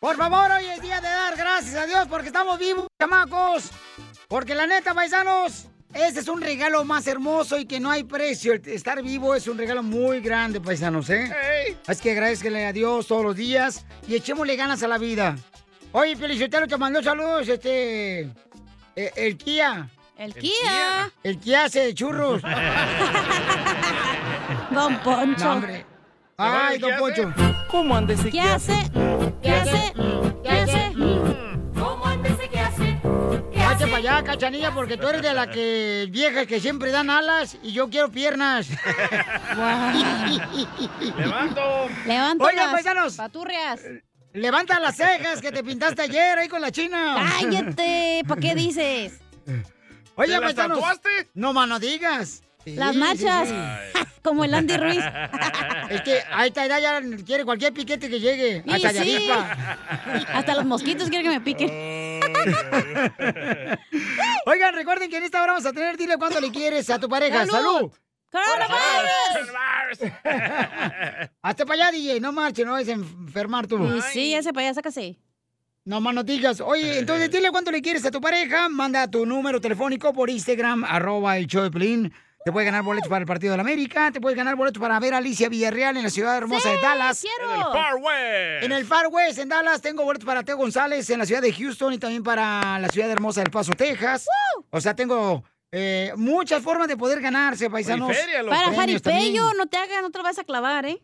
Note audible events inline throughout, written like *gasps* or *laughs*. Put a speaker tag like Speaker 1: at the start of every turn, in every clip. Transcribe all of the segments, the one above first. Speaker 1: Por favor, hoy es día de dar gracias a Dios porque estamos vivos, chamacos. Porque la neta, paisanos, ese es un regalo más hermoso y que no hay precio. El estar vivo es un regalo muy grande, paisanos, ¿eh?
Speaker 2: Ey.
Speaker 1: Así que agradezcanle a Dios todos los días y echémosle ganas a la vida. Oye, Felicitero, te mandó saludos, este. eh, el Kia.
Speaker 3: El Kia.
Speaker 1: El Kia hace
Speaker 3: *laughs*
Speaker 1: churros.
Speaker 3: Don Poncho.
Speaker 1: No, hombre. Ay, don Poncho.
Speaker 4: ¿Cómo anda ese
Speaker 3: ¿Qué hace? ¿Qué hace? ¿Qué hace?
Speaker 1: ¿Cómo qué hace? Cacha para allá, cachanilla, porque tú eres de la que viejas que siempre dan alas y yo quiero piernas.
Speaker 3: *laughs*
Speaker 2: Levanto.
Speaker 3: Levanta
Speaker 1: Oigan,
Speaker 3: las
Speaker 1: paisanos.
Speaker 3: Paturrias.
Speaker 1: Levanta las cejas que te pintaste ayer ahí con la china.
Speaker 3: Cállate, ¿para qué dices?
Speaker 1: Oye,
Speaker 3: ¿Te las
Speaker 1: paisanos.
Speaker 3: tatuaste?
Speaker 1: No, mano, digas. Sí,
Speaker 3: Las
Speaker 1: sí,
Speaker 3: manchas.
Speaker 1: sí.
Speaker 3: *laughs* Como el Andy Ruiz.
Speaker 1: *laughs* Es que a esta edad ya quiere cualquier piquete que llegue.
Speaker 3: Y
Speaker 1: hasta
Speaker 3: sí.
Speaker 1: Yaripa.
Speaker 3: Hasta los mosquitos quieren que me piquen.
Speaker 1: Oigan, recuerden que en esta hora vamos a tener dile cuánto le quieres a tu pareja.
Speaker 3: ¡Salud!
Speaker 1: ¡Salud!
Speaker 3: ¡Coronavirus!
Speaker 1: Hasta para allá, DJ. No marches, no vais a enfermar tú.
Speaker 3: Y sí, ese payaso casi.
Speaker 1: No más no digas.
Speaker 3: Eh.
Speaker 1: Oye, entonces dile cuánto le quieres a tu pareja. Manda tu número telefónico por Instagram, arroba el show de Pelín. Te puedes ganar boletos para el Partido de la América. Te puedes ganar boletos para ver a Alicia Villarreal en la ciudad hermosa de
Speaker 3: Sí,
Speaker 1: Dallas.
Speaker 3: quiero. En el Far West.
Speaker 1: En el Far West, en Dallas. Tengo boletos para Teo González en la ciudad de Houston y también para la ciudad hermosa del Paso, Texas. O sea, tengo eh, muchas formas de poder ganarse, paisanos.
Speaker 3: Para
Speaker 1: Premios también.
Speaker 3: Jaripello, no te hagas, no te lo vas a clavar, ¿eh?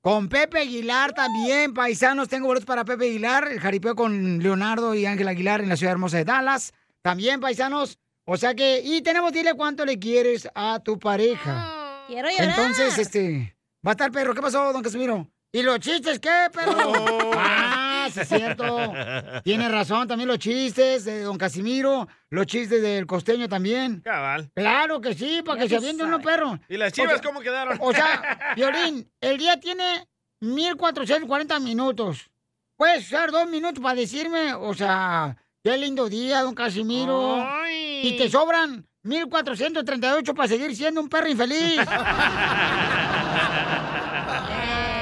Speaker 1: Con Pepe Aguilar también, paisanos. Tengo boletos para Pepe Aguilar, el jaripeo con Leonardo y Ángel Aguilar en la ciudad hermosa de Dallas. También, paisanos. O sea que, y tenemos, dile cuánto le quieres a tu pareja.
Speaker 3: Quiero llorar.
Speaker 1: Entonces, este, va a estar perro. ¿Qué pasó, don Casimiro? ¿Y los chistes qué, perro? Ah, sí, es cierto. Tiene razón también los chistes de don Casimiro, los chistes del costeño también.
Speaker 5: Cabal.
Speaker 1: Claro que sí, para
Speaker 5: Ya
Speaker 1: que se
Speaker 5: tú
Speaker 1: aviente uno,
Speaker 5: sabes.
Speaker 1: perro.
Speaker 5: ¿Y las chivas
Speaker 1: O sea-
Speaker 5: cómo quedaron?
Speaker 1: O
Speaker 5: *laughs*
Speaker 1: sea, Violín, el día tiene 1440 minutos. Puedes usar dos minutos para decirme, o sea, qué lindo día, don Casimiro. Y te sobran 1438 para seguir siendo un perro
Speaker 5: *laughs*
Speaker 1: infeliz.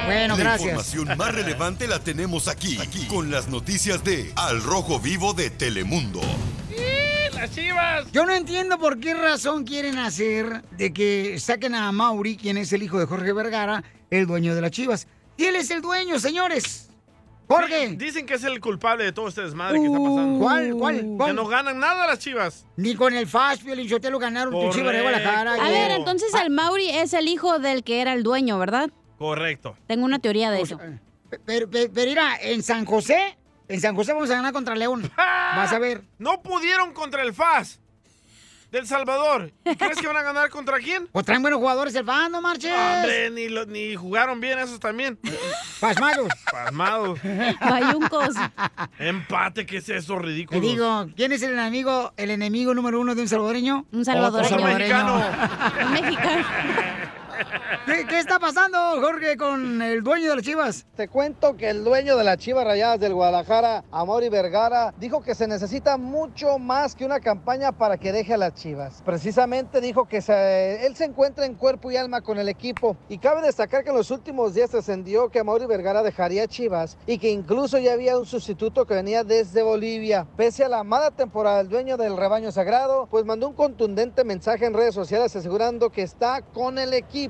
Speaker 1: Bueno, *laughs*
Speaker 6: la
Speaker 1: gracias.
Speaker 6: información más relevante la tenemos aquí, aquí, con las noticias de Al Rojo Vivo de Telemundo.
Speaker 1: las chivas. Yo no entiendo por qué razón quieren hacer de que saquen a Mauri, quien es el hijo de Jorge Vergara, el dueño de las chivas. Y él es el dueño, señores. Jorge.
Speaker 5: Dicen que es el culpable de todo este desmadre que está
Speaker 3: Uh.
Speaker 5: pasando.
Speaker 1: ¿Cuál, cuál, cuál?
Speaker 5: Que no ganan nada las chivas.
Speaker 1: Ni con el Fast, Piolín Sotelo ganaron tu chivas de Guadalajara.
Speaker 3: A ver,
Speaker 1: ayer.
Speaker 3: entonces el Mauri es el hijo del que era el dueño, ¿verdad?
Speaker 5: Correcto.
Speaker 3: Tengo una teoría de eso.
Speaker 1: Pues, eh, Pero, pero- pero mira, Ah, en San José, en San José vamos a ganar
Speaker 5: *laughs*
Speaker 1: contra León. Vas a ver.
Speaker 5: ¡Ah! No pudieron contra el FAS del Salvador. ¿Y ¿Crees que van a ganar contra
Speaker 1: *laughs*
Speaker 5: quién?
Speaker 1: O Pues traen buenos jugadores el FAS, no marches.
Speaker 5: Hombre, ni, lo- ni jugaron bien esos también.
Speaker 1: Pasmados.
Speaker 5: Pasmados.
Speaker 1: Bayuncos.
Speaker 5: Empate, ¿qué es eso
Speaker 1: Te
Speaker 5: ridículo?
Speaker 1: digo, ¿quién es el enemigo, el enemigo número uno de un salvadoreño? Un
Speaker 3: salvadoreño.
Speaker 1: Un mexicano. ¿Qué, qué está pasando, Jorge, con el dueño de las chivas?
Speaker 7: Te cuento que el dueño de las Chivas Rayadas del Guadalajara, Amori Vergara, dijo que se necesita mucho más que una campaña para que deje a las Chivas. Precisamente dijo que se- él se encuentra en cuerpo y alma con el equipo. Y cabe destacar que en los últimos días trascendió que Amori Vergara dejaría Chivas y que incluso ya había un sustituto que venía desde Bolivia. Pese a la mala temporada, el dueño del rebaño sagrado, pues mandó un contundente mensaje en redes sociales asegurando que está con el equipo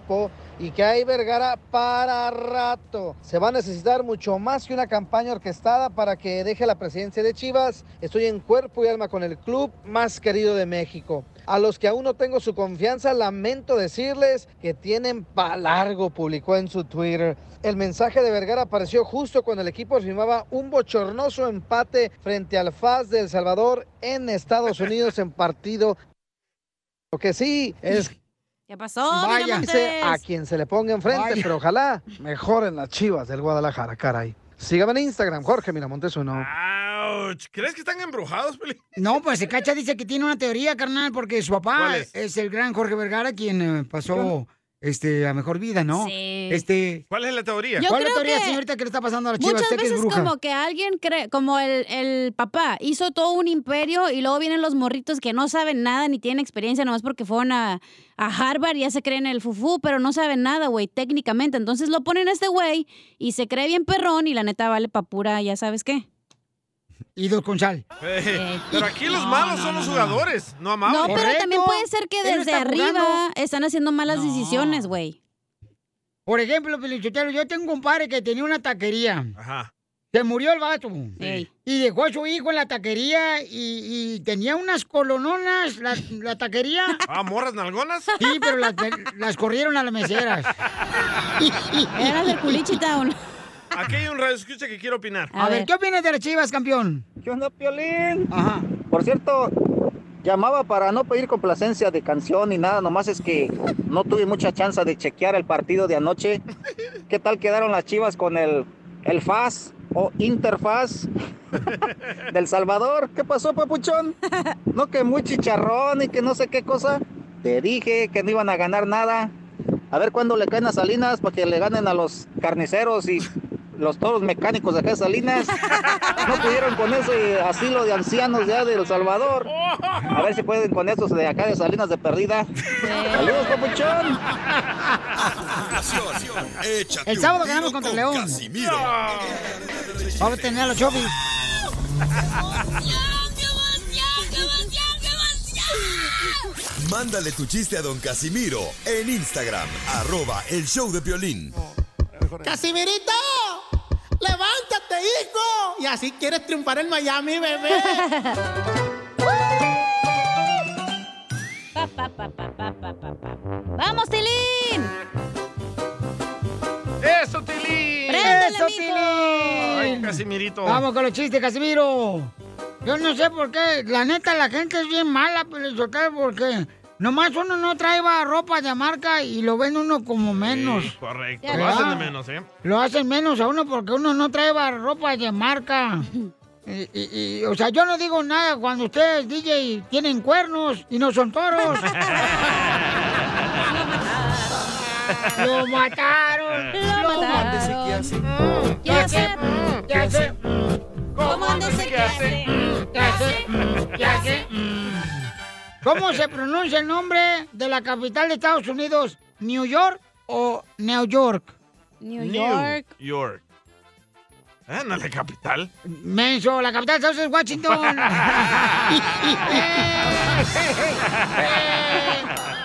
Speaker 7: y que hay Vergara para rato. Se va a necesitar mucho más que una campaña orquestada para que deje la presidencia de Chivas. Estoy en cuerpo y alma con el club más querido de México. A los que aún no tengo su confianza, lamento decirles que tienen pa largo, publicó en su Twitter. El mensaje de Vergara apareció justo cuando el equipo firmaba un bochornoso empate frente al FAS de El Salvador en Estados Unidos en partido. Lo que sí es
Speaker 3: ¿Qué pasó,
Speaker 7: Váyanse
Speaker 3: Miramontes?
Speaker 7: a quien se le ponga enfrente,
Speaker 3: Vaya.
Speaker 7: pero ojalá mejoren las chivas del Guadalajara, caray. Sígame en Instagram, Jorge Miramontes uno.
Speaker 1: Ah.
Speaker 5: Ouch. ¿Crees que están embrujados, Peli?
Speaker 1: No, pues el Cacha dice que tiene una teoría, carnal, porque su papá
Speaker 5: ¿Cuál
Speaker 1: es?
Speaker 5: es?
Speaker 1: el gran Jorge Vergara, quien eh, pasó este, la mejor vida, ¿no?
Speaker 3: Sí.
Speaker 1: Este,
Speaker 5: ¿Cuál es la teoría?
Speaker 3: Yo
Speaker 1: ¿Cuál es
Speaker 3: creo
Speaker 1: la teoría,
Speaker 3: que
Speaker 1: señorita, que le está pasando a la chiva?
Speaker 3: Muchas
Speaker 1: Usted que es
Speaker 3: veces
Speaker 1: bruja.
Speaker 3: como que alguien cree, como el, el papá hizo todo un imperio y luego vienen los morritos que no saben nada ni tienen experiencia, nomás porque fueron a, a Harvard y ya se creen el fufú, pero no saben nada, güey, técnicamente. Entonces lo ponen a este güey y se cree bien perrón y la neta vale pa' pura, ya sabes qué.
Speaker 1: Y dos con sal.
Speaker 5: Eh, pero aquí los malos son los jugadores, no amables.
Speaker 3: No, pero también
Speaker 1: Correcto.
Speaker 3: puede ser que
Speaker 1: Él no
Speaker 3: desde
Speaker 1: está
Speaker 3: arriba
Speaker 1: jugando.
Speaker 3: están haciando malas decisiones, güey.
Speaker 1: Por ejemplo, Pelichotelo, yo tengo un padre que tenía una taquería.
Speaker 5: Ajá.
Speaker 1: Se murió el vato.
Speaker 3: Ey.
Speaker 1: Y dejó a su hijo en la taquería y, y tenía unas colononas la, la taquería.
Speaker 5: *laughs* Ah, morras nalgonas.
Speaker 1: Sí, pero las, las corrieron a las meseras.
Speaker 3: Era del Culichi Town.
Speaker 5: Aquí hay un radio escucha que quiero opinar.
Speaker 1: A, ver, ¿qué opinas de las chivas, campeón?
Speaker 8: ¿Qué onda, Piolín?
Speaker 1: Ajá.
Speaker 8: Por cierto, llamaba para no pedir complacencia de canción ni nada, nomás es que no tuve mucha chance de chequear el partido de anoche. ¿Qué tal quedaron las chivas con el, el FAS o Interfaz del Salvador? ¿Qué pasó, papuchón? No, que muy chicharrón y que no sé qué cosa. Te dije que no iban a ganar nada. A ver cuándo le caen a Salinas para que le ganen a los carniceros y los toros mecánicos de acá de Salinas. No pudieron con ese asilo de ancianos ya de El Salvador. A ver si pueden con esos de acá de Salinas de Perdida. Saludos, papuchón.
Speaker 6: Acción. Échate
Speaker 1: El sábado
Speaker 6: un
Speaker 1: ganamos
Speaker 6: tiro
Speaker 1: contra
Speaker 6: con
Speaker 1: León.
Speaker 6: Casimiro.
Speaker 1: Vamos a tener a los chovis.
Speaker 6: Mándale tu chiste a don Casimiro en Instagram, arroba el show de violín.
Speaker 9: ¡Casimirito! ¡Levántate, hijo! Y así quieres triunfar en Miami, bebé.
Speaker 3: Pa, pa, pa, pa, pa, pa, pa, pa. ¡Vamos, Tilín!
Speaker 5: ¡Eso, Tilly!
Speaker 3: ¡Préndele,
Speaker 1: ¡Eso,
Speaker 3: mijo!
Speaker 5: ¡Ay,
Speaker 1: Tilín!
Speaker 5: Casimirito!
Speaker 1: Vamos con los chistes, Casimiro. Yo no sé por qué. La neta, la gente es bien mala, Pelichotelo, porque nomás uno no trae va, ropa de marca y lo vende uno como menos.
Speaker 5: Sí, correcto.
Speaker 3: Ya
Speaker 5: Lo hacen de
Speaker 1: va.
Speaker 5: menos, ¿eh?
Speaker 1: Lo hacen menos a uno porque uno no trae va- ropa
Speaker 3: *laughs*
Speaker 1: de marca. Y, y- y, o sea, yo no digo nada cuando ustedes, DJ, tienen cuernos y no
Speaker 5: *laughs*
Speaker 1: son toros. *laughs* ¡Lo mataron!
Speaker 3: Lo mataron. ¿Qué hace?
Speaker 1: Ya sé,
Speaker 3: ¿Cómo andes el que hace?
Speaker 1: ya sé, ya *laughs* sé. ¿Cómo se pronuncia el nombre de la capital de Estados Unidos? ¿New York o New York?
Speaker 3: New York.
Speaker 5: New York. Ah, no es la capital.
Speaker 1: Menso, la capital de Estados Unidos es
Speaker 3: *laughs*
Speaker 1: Washington.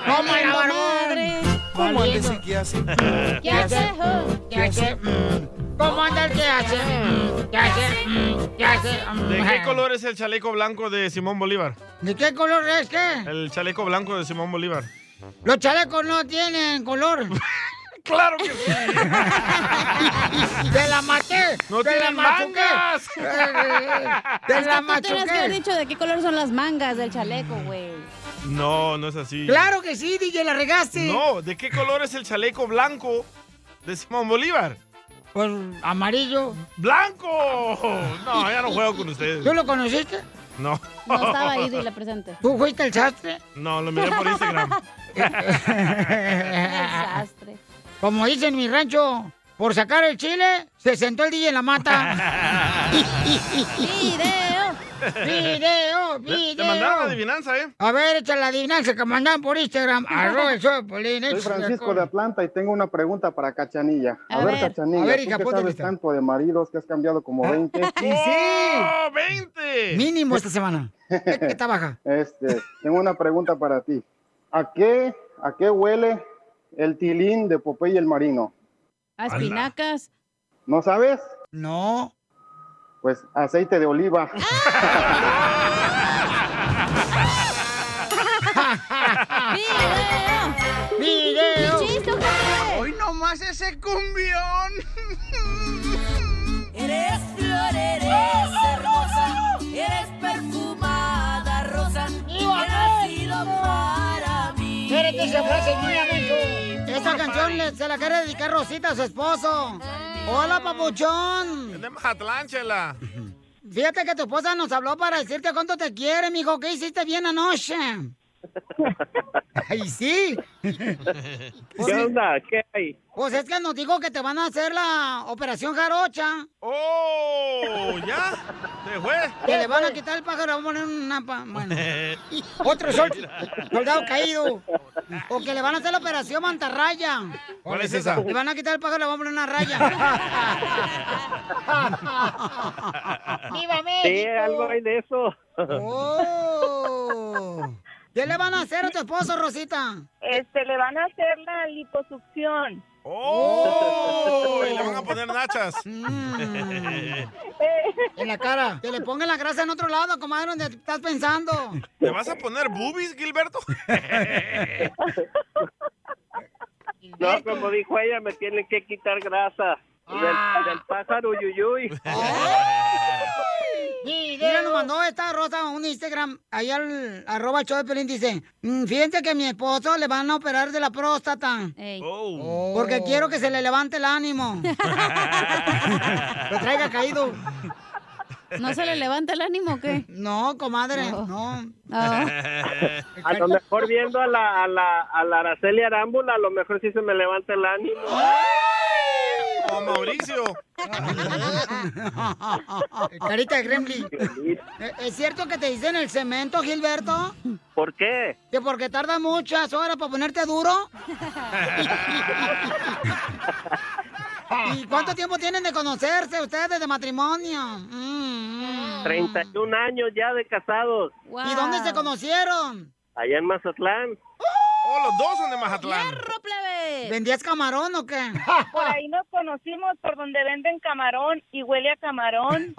Speaker 1: ¡No me la
Speaker 3: Valiendo
Speaker 1: barbón!
Speaker 3: madre.
Speaker 1: ¿Cómo andes el que hace?
Speaker 3: ¿Qué hace? jo?
Speaker 1: ¿Qué hace? ¿Cómo anda el que hace? ¿Qué hace? ¿Qué hace?
Speaker 5: ¿De qué color es el chaleco blanco de Simón Bolívar?
Speaker 1: um, ¿De qué color es que?
Speaker 5: El chaleco blanco de Simón Bolívar.
Speaker 1: Los chalecos no tienen color.
Speaker 5: *laughs* ¡Claro que sí!
Speaker 1: ¡Te la maté!
Speaker 5: ¡No
Speaker 1: ¡Te la
Speaker 5: tienen
Speaker 1: machuqué!
Speaker 5: mangas!
Speaker 1: Eh, eh, eh, ¡Te
Speaker 3: Es que
Speaker 1: la
Speaker 3: tú tenías que haber
Speaker 1: machuqué!
Speaker 3: dicho de qué color son las mangas del chaleco, güey.
Speaker 5: No, no es así.
Speaker 1: ¡Claro que sí, DJ, la regaste!
Speaker 5: No, ¿de qué color es el chaleco blanco de Simón Bolívar?
Speaker 1: Pues amarillo.
Speaker 5: ¡Blanco! No, ya no juego con ustedes.
Speaker 1: ¿Tú lo conociste?
Speaker 5: No,
Speaker 3: No estaba ahí de la presente.
Speaker 1: ¿Tú fuiste el sastre?
Speaker 5: *laughs* no, lo miré por Instagram.
Speaker 3: Desastre.
Speaker 1: Como dicen en mi rancho, por sacar el chile, se sentó el DJ en
Speaker 3: *laughs*
Speaker 1: la mata. *laughs*
Speaker 3: Video.
Speaker 1: ¡Video!
Speaker 5: Te te mandaron la
Speaker 1: ¡Video!
Speaker 5: adivinanza, ¿eh?
Speaker 1: A ver, echa la adivinanza que mandan por
Speaker 10: *laughs*
Speaker 1: Instagram. *laughs* Arroba el show de Ah, Piolín,
Speaker 10: Soy
Speaker 1: échale
Speaker 10: Francisco
Speaker 1: alcohol.
Speaker 10: de Atlanta y tengo una pregunta para Cachanilla.
Speaker 3: A
Speaker 10: A, ver,
Speaker 3: ver.
Speaker 10: Cachanilla,
Speaker 1: A ver,
Speaker 10: ¿tú
Speaker 1: hija,
Speaker 10: que
Speaker 1: ponte
Speaker 10: sabes
Speaker 1: lista. Ah,
Speaker 10: tanto de maridos que has cambiado como
Speaker 1: *laughs*
Speaker 10: 20?
Speaker 1: ¡Y sí!
Speaker 5: ¡Oh, 20!
Speaker 1: Mínimo esta semana. ¿Qué, qué trabaja?
Speaker 10: *laughs* Este, tengo una pregunta para ti. ¿A qué, ¿A qué huele el tilín de Popeye el Marino?
Speaker 3: A espinacas.
Speaker 10: ¿No sabes?
Speaker 1: No. Ah,
Speaker 10: Pues aceite de oliva.
Speaker 3: Video.
Speaker 1: ¡Video!
Speaker 3: Chiste, ojete.
Speaker 9: Hoy nomás ese cumbión.
Speaker 11: *laughs* Eres flor, eres hermosa, eres perfumada rosa, que
Speaker 1: ¡Viva
Speaker 11: ha sido para mí.
Speaker 1: Espérate, esa frase es mía, menso. Esta canción le- se la quiere dedicar Rosita a su esposo. Hola, papuchón.
Speaker 5: Es de Mazatlán, chela.
Speaker 1: Fíjate que tu esposa nos habló para decirte cuánto te quiere, mijo. ¿Qué hiciste bien anoche? ¡Ay, sí!
Speaker 12: ¿Qué onda? ¿Qué hay?
Speaker 1: Pues es que nos digo que te van a hacer la operación jarocha. ¡Oh! ¿Ya? ¿Te fue? Que le van a quitar el pájaro, vamos a poner una... pa- Bueno,
Speaker 5: *laughs*
Speaker 1: otro sol- soldado caído. O que le van a hacer la operación mantarraya.
Speaker 5: ¿Cuál es esa?
Speaker 1: Le van a quitar el pájaro, le van a poner
Speaker 5: *laughs*
Speaker 1: una raya. ¡Viva
Speaker 12: Sí,
Speaker 1: México!
Speaker 12: algo hay de eso.
Speaker 1: ¡Oh! ¿Qué le van a hacer a tu esposo, Rosita?
Speaker 13: Este, le van a hacer la liposucción.
Speaker 5: ¡Oh! Y le van a poner nachas.
Speaker 1: *laughs* En la cara. Que le pongan la grasa en otro lado, comadre, donde estás pensando.
Speaker 5: ¿Te vas a poner boobies, Gilberto?
Speaker 12: No, como dijo ella, me tienen que quitar grasa. Del,
Speaker 1: Ah.
Speaker 12: del pájaro yuyuy.
Speaker 1: Oh. Mira, nos mandó esta rosa a un Instagram, ahí al arroba show de Pelín, dice, "Mm, fíjense que a mi esposo le van a operar de la próstata.
Speaker 12: Oh.
Speaker 1: Porque quiero que se le levante el
Speaker 12: *laughs*
Speaker 1: ánimo. Lo traiga caído.
Speaker 3: ¿No se le levanta el ánimo o qué?
Speaker 1: *laughs* No, comadre, no.
Speaker 12: A lo mejor viendo a la, a la, a la Araceli Arámbula, a lo mejor sí se me levanta el ánimo.
Speaker 1: Oh,
Speaker 5: O Mauricio.
Speaker 1: Carita de Gremlin. ¿E- ¿Es cierto que te dicen el cemento, Gilberto?
Speaker 12: ¿Por qué?
Speaker 1: ¿Que porque tarda muchas horas para ponerte duro?
Speaker 12: *laughs*
Speaker 1: ¿Y cuánto tiempo tienen de conocerse ustedes de matrimonio? Mm, mm.
Speaker 12: 31 años ya de casados.
Speaker 1: ¿Y dónde se conocieron?
Speaker 12: Allá en Mazatlán.
Speaker 5: ¡Oh, los dos son de Mazatlán!
Speaker 1: ¿Vendías camarón o qué?
Speaker 13: *laughs* Por ahí nos conocimos, por donde venden camarón y huele a
Speaker 1: *laughs*
Speaker 13: camarón.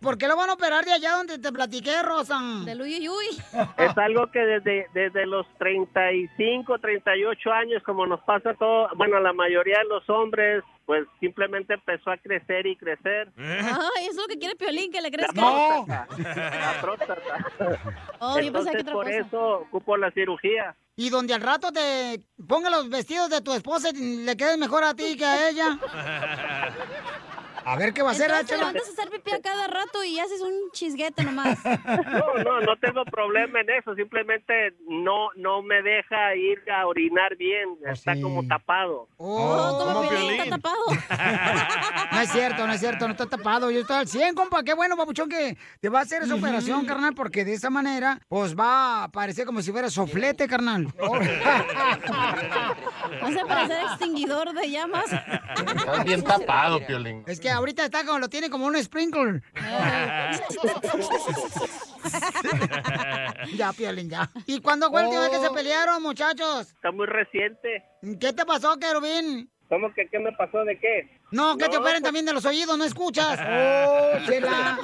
Speaker 1: ¿Por qué lo van a
Speaker 13: *laughs*
Speaker 1: operar de allá donde te platiqué, Rosa? De Luyuyuy.
Speaker 12: Es algo que desde, desde los 35, 38 años, como nos pasa todo, bueno, la mayoría de los hombres, pues simplemente empezó a crecer y crecer.
Speaker 1: ¿Eh?
Speaker 3: Ay, es lo que quiere Piolín, que le crezca.
Speaker 12: No. La próstata.
Speaker 3: Oh, yo pensaba que
Speaker 12: Entonces,
Speaker 3: otra
Speaker 12: por
Speaker 3: cosa.
Speaker 12: eso ocupo la cirugía.
Speaker 1: Y donde al rato te ponga los vestidos de tu esposa y le queden mejor a ti que a ella. A ver qué va a hacer,
Speaker 3: Entonces,
Speaker 1: Áchela.
Speaker 3: levantas a hacer pipí a cada rato y haces un chisguete nomás.
Speaker 12: No, no, no tengo problema en eso. Simplemente no no me deja ir a orinar bien. Está como tapado.
Speaker 1: Oh,
Speaker 3: como
Speaker 1: como
Speaker 3: Piolín, está tapado.
Speaker 1: No es cierto, no es cierto, no está tapado. Yo estoy al 100, compa. Qué bueno, papuchón, que te va a hacer esa operación, carnal, porque de esa manera, pues va a parecer como si fuera soflete, carnal.
Speaker 3: Vas a parecer extinguidor de
Speaker 5: *laughs*
Speaker 3: llamas.
Speaker 14: Estás bien tapado,
Speaker 1: *laughs*
Speaker 14: Piolín.
Speaker 1: Es que ahorita está como, lo tiene como un sprinkler. Ya, Piolín, ya. ¿Y cuándo fue el última vez que se pelearon, muchachos?
Speaker 12: Oh. Está muy reciente.
Speaker 1: ¿Qué te pasó, Querubín?
Speaker 12: ¿Cómo que qué me pasó de qué?
Speaker 1: No, que te
Speaker 12: No,
Speaker 1: operen
Speaker 12: pues-
Speaker 1: también de los oídos, no
Speaker 12: *laughs*
Speaker 1: escuchas. *laughs* Oh, chela.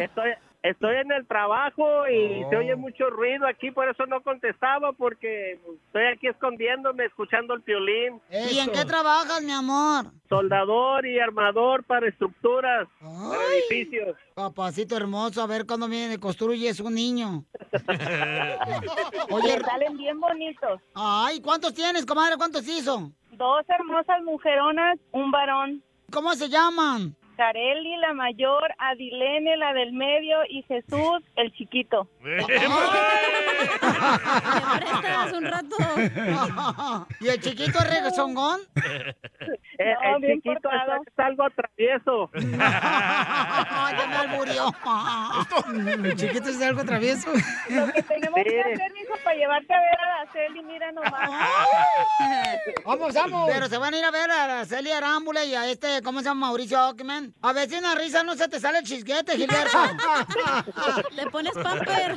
Speaker 12: Estoy, estoy en el trabajo y se
Speaker 1: Oh.
Speaker 12: oye mucho ruido aquí, por eso no contestaba, porque estoy aquí escondiéndome, escuchando el violín.
Speaker 1: ¿Y en qué trabajas, mi amor?
Speaker 12: Soldador y armador para estructuras, para
Speaker 1: Ay.
Speaker 12: edificios.
Speaker 1: Papacito hermoso, a ver cuándo viene, construyes un niño. Oye,
Speaker 13: Le salen bien bonitos.
Speaker 1: Ay, ¿cuántos tienes, comadre? ¿Cuántos hizo?
Speaker 13: Dos hermosas mujeronas, un varón.
Speaker 1: ¿Cómo se llaman?
Speaker 13: Carelli, la mayor, Adilene, la del medio, y Jesús, el chiquito. *laughs*
Speaker 1: *laughs*
Speaker 3: prestas un
Speaker 1: rato? ¿Y el chiquito es rezongón?
Speaker 12: Eh,
Speaker 1: No,
Speaker 12: el
Speaker 1: bien
Speaker 12: chiquito
Speaker 1: portado.
Speaker 12: es, es algo
Speaker 1: *laughs*
Speaker 12: travieso. *laughs* Ah,
Speaker 1: Ay, ya me alburió. El chiquito es algo travieso.
Speaker 13: Tenemos que hacer, mijo, para llevarte a ver a la Celi, mira nomás.
Speaker 1: Vamos, vamos. Pero se van a ir a ver a Celia Arámbula y a este, ¿cómo se llama? Mauricio Ockman. A ver si en la risa no se te sale el chisguete, *laughs* Gilberto.
Speaker 3: Le pones
Speaker 1: *laughs*
Speaker 3: pamper.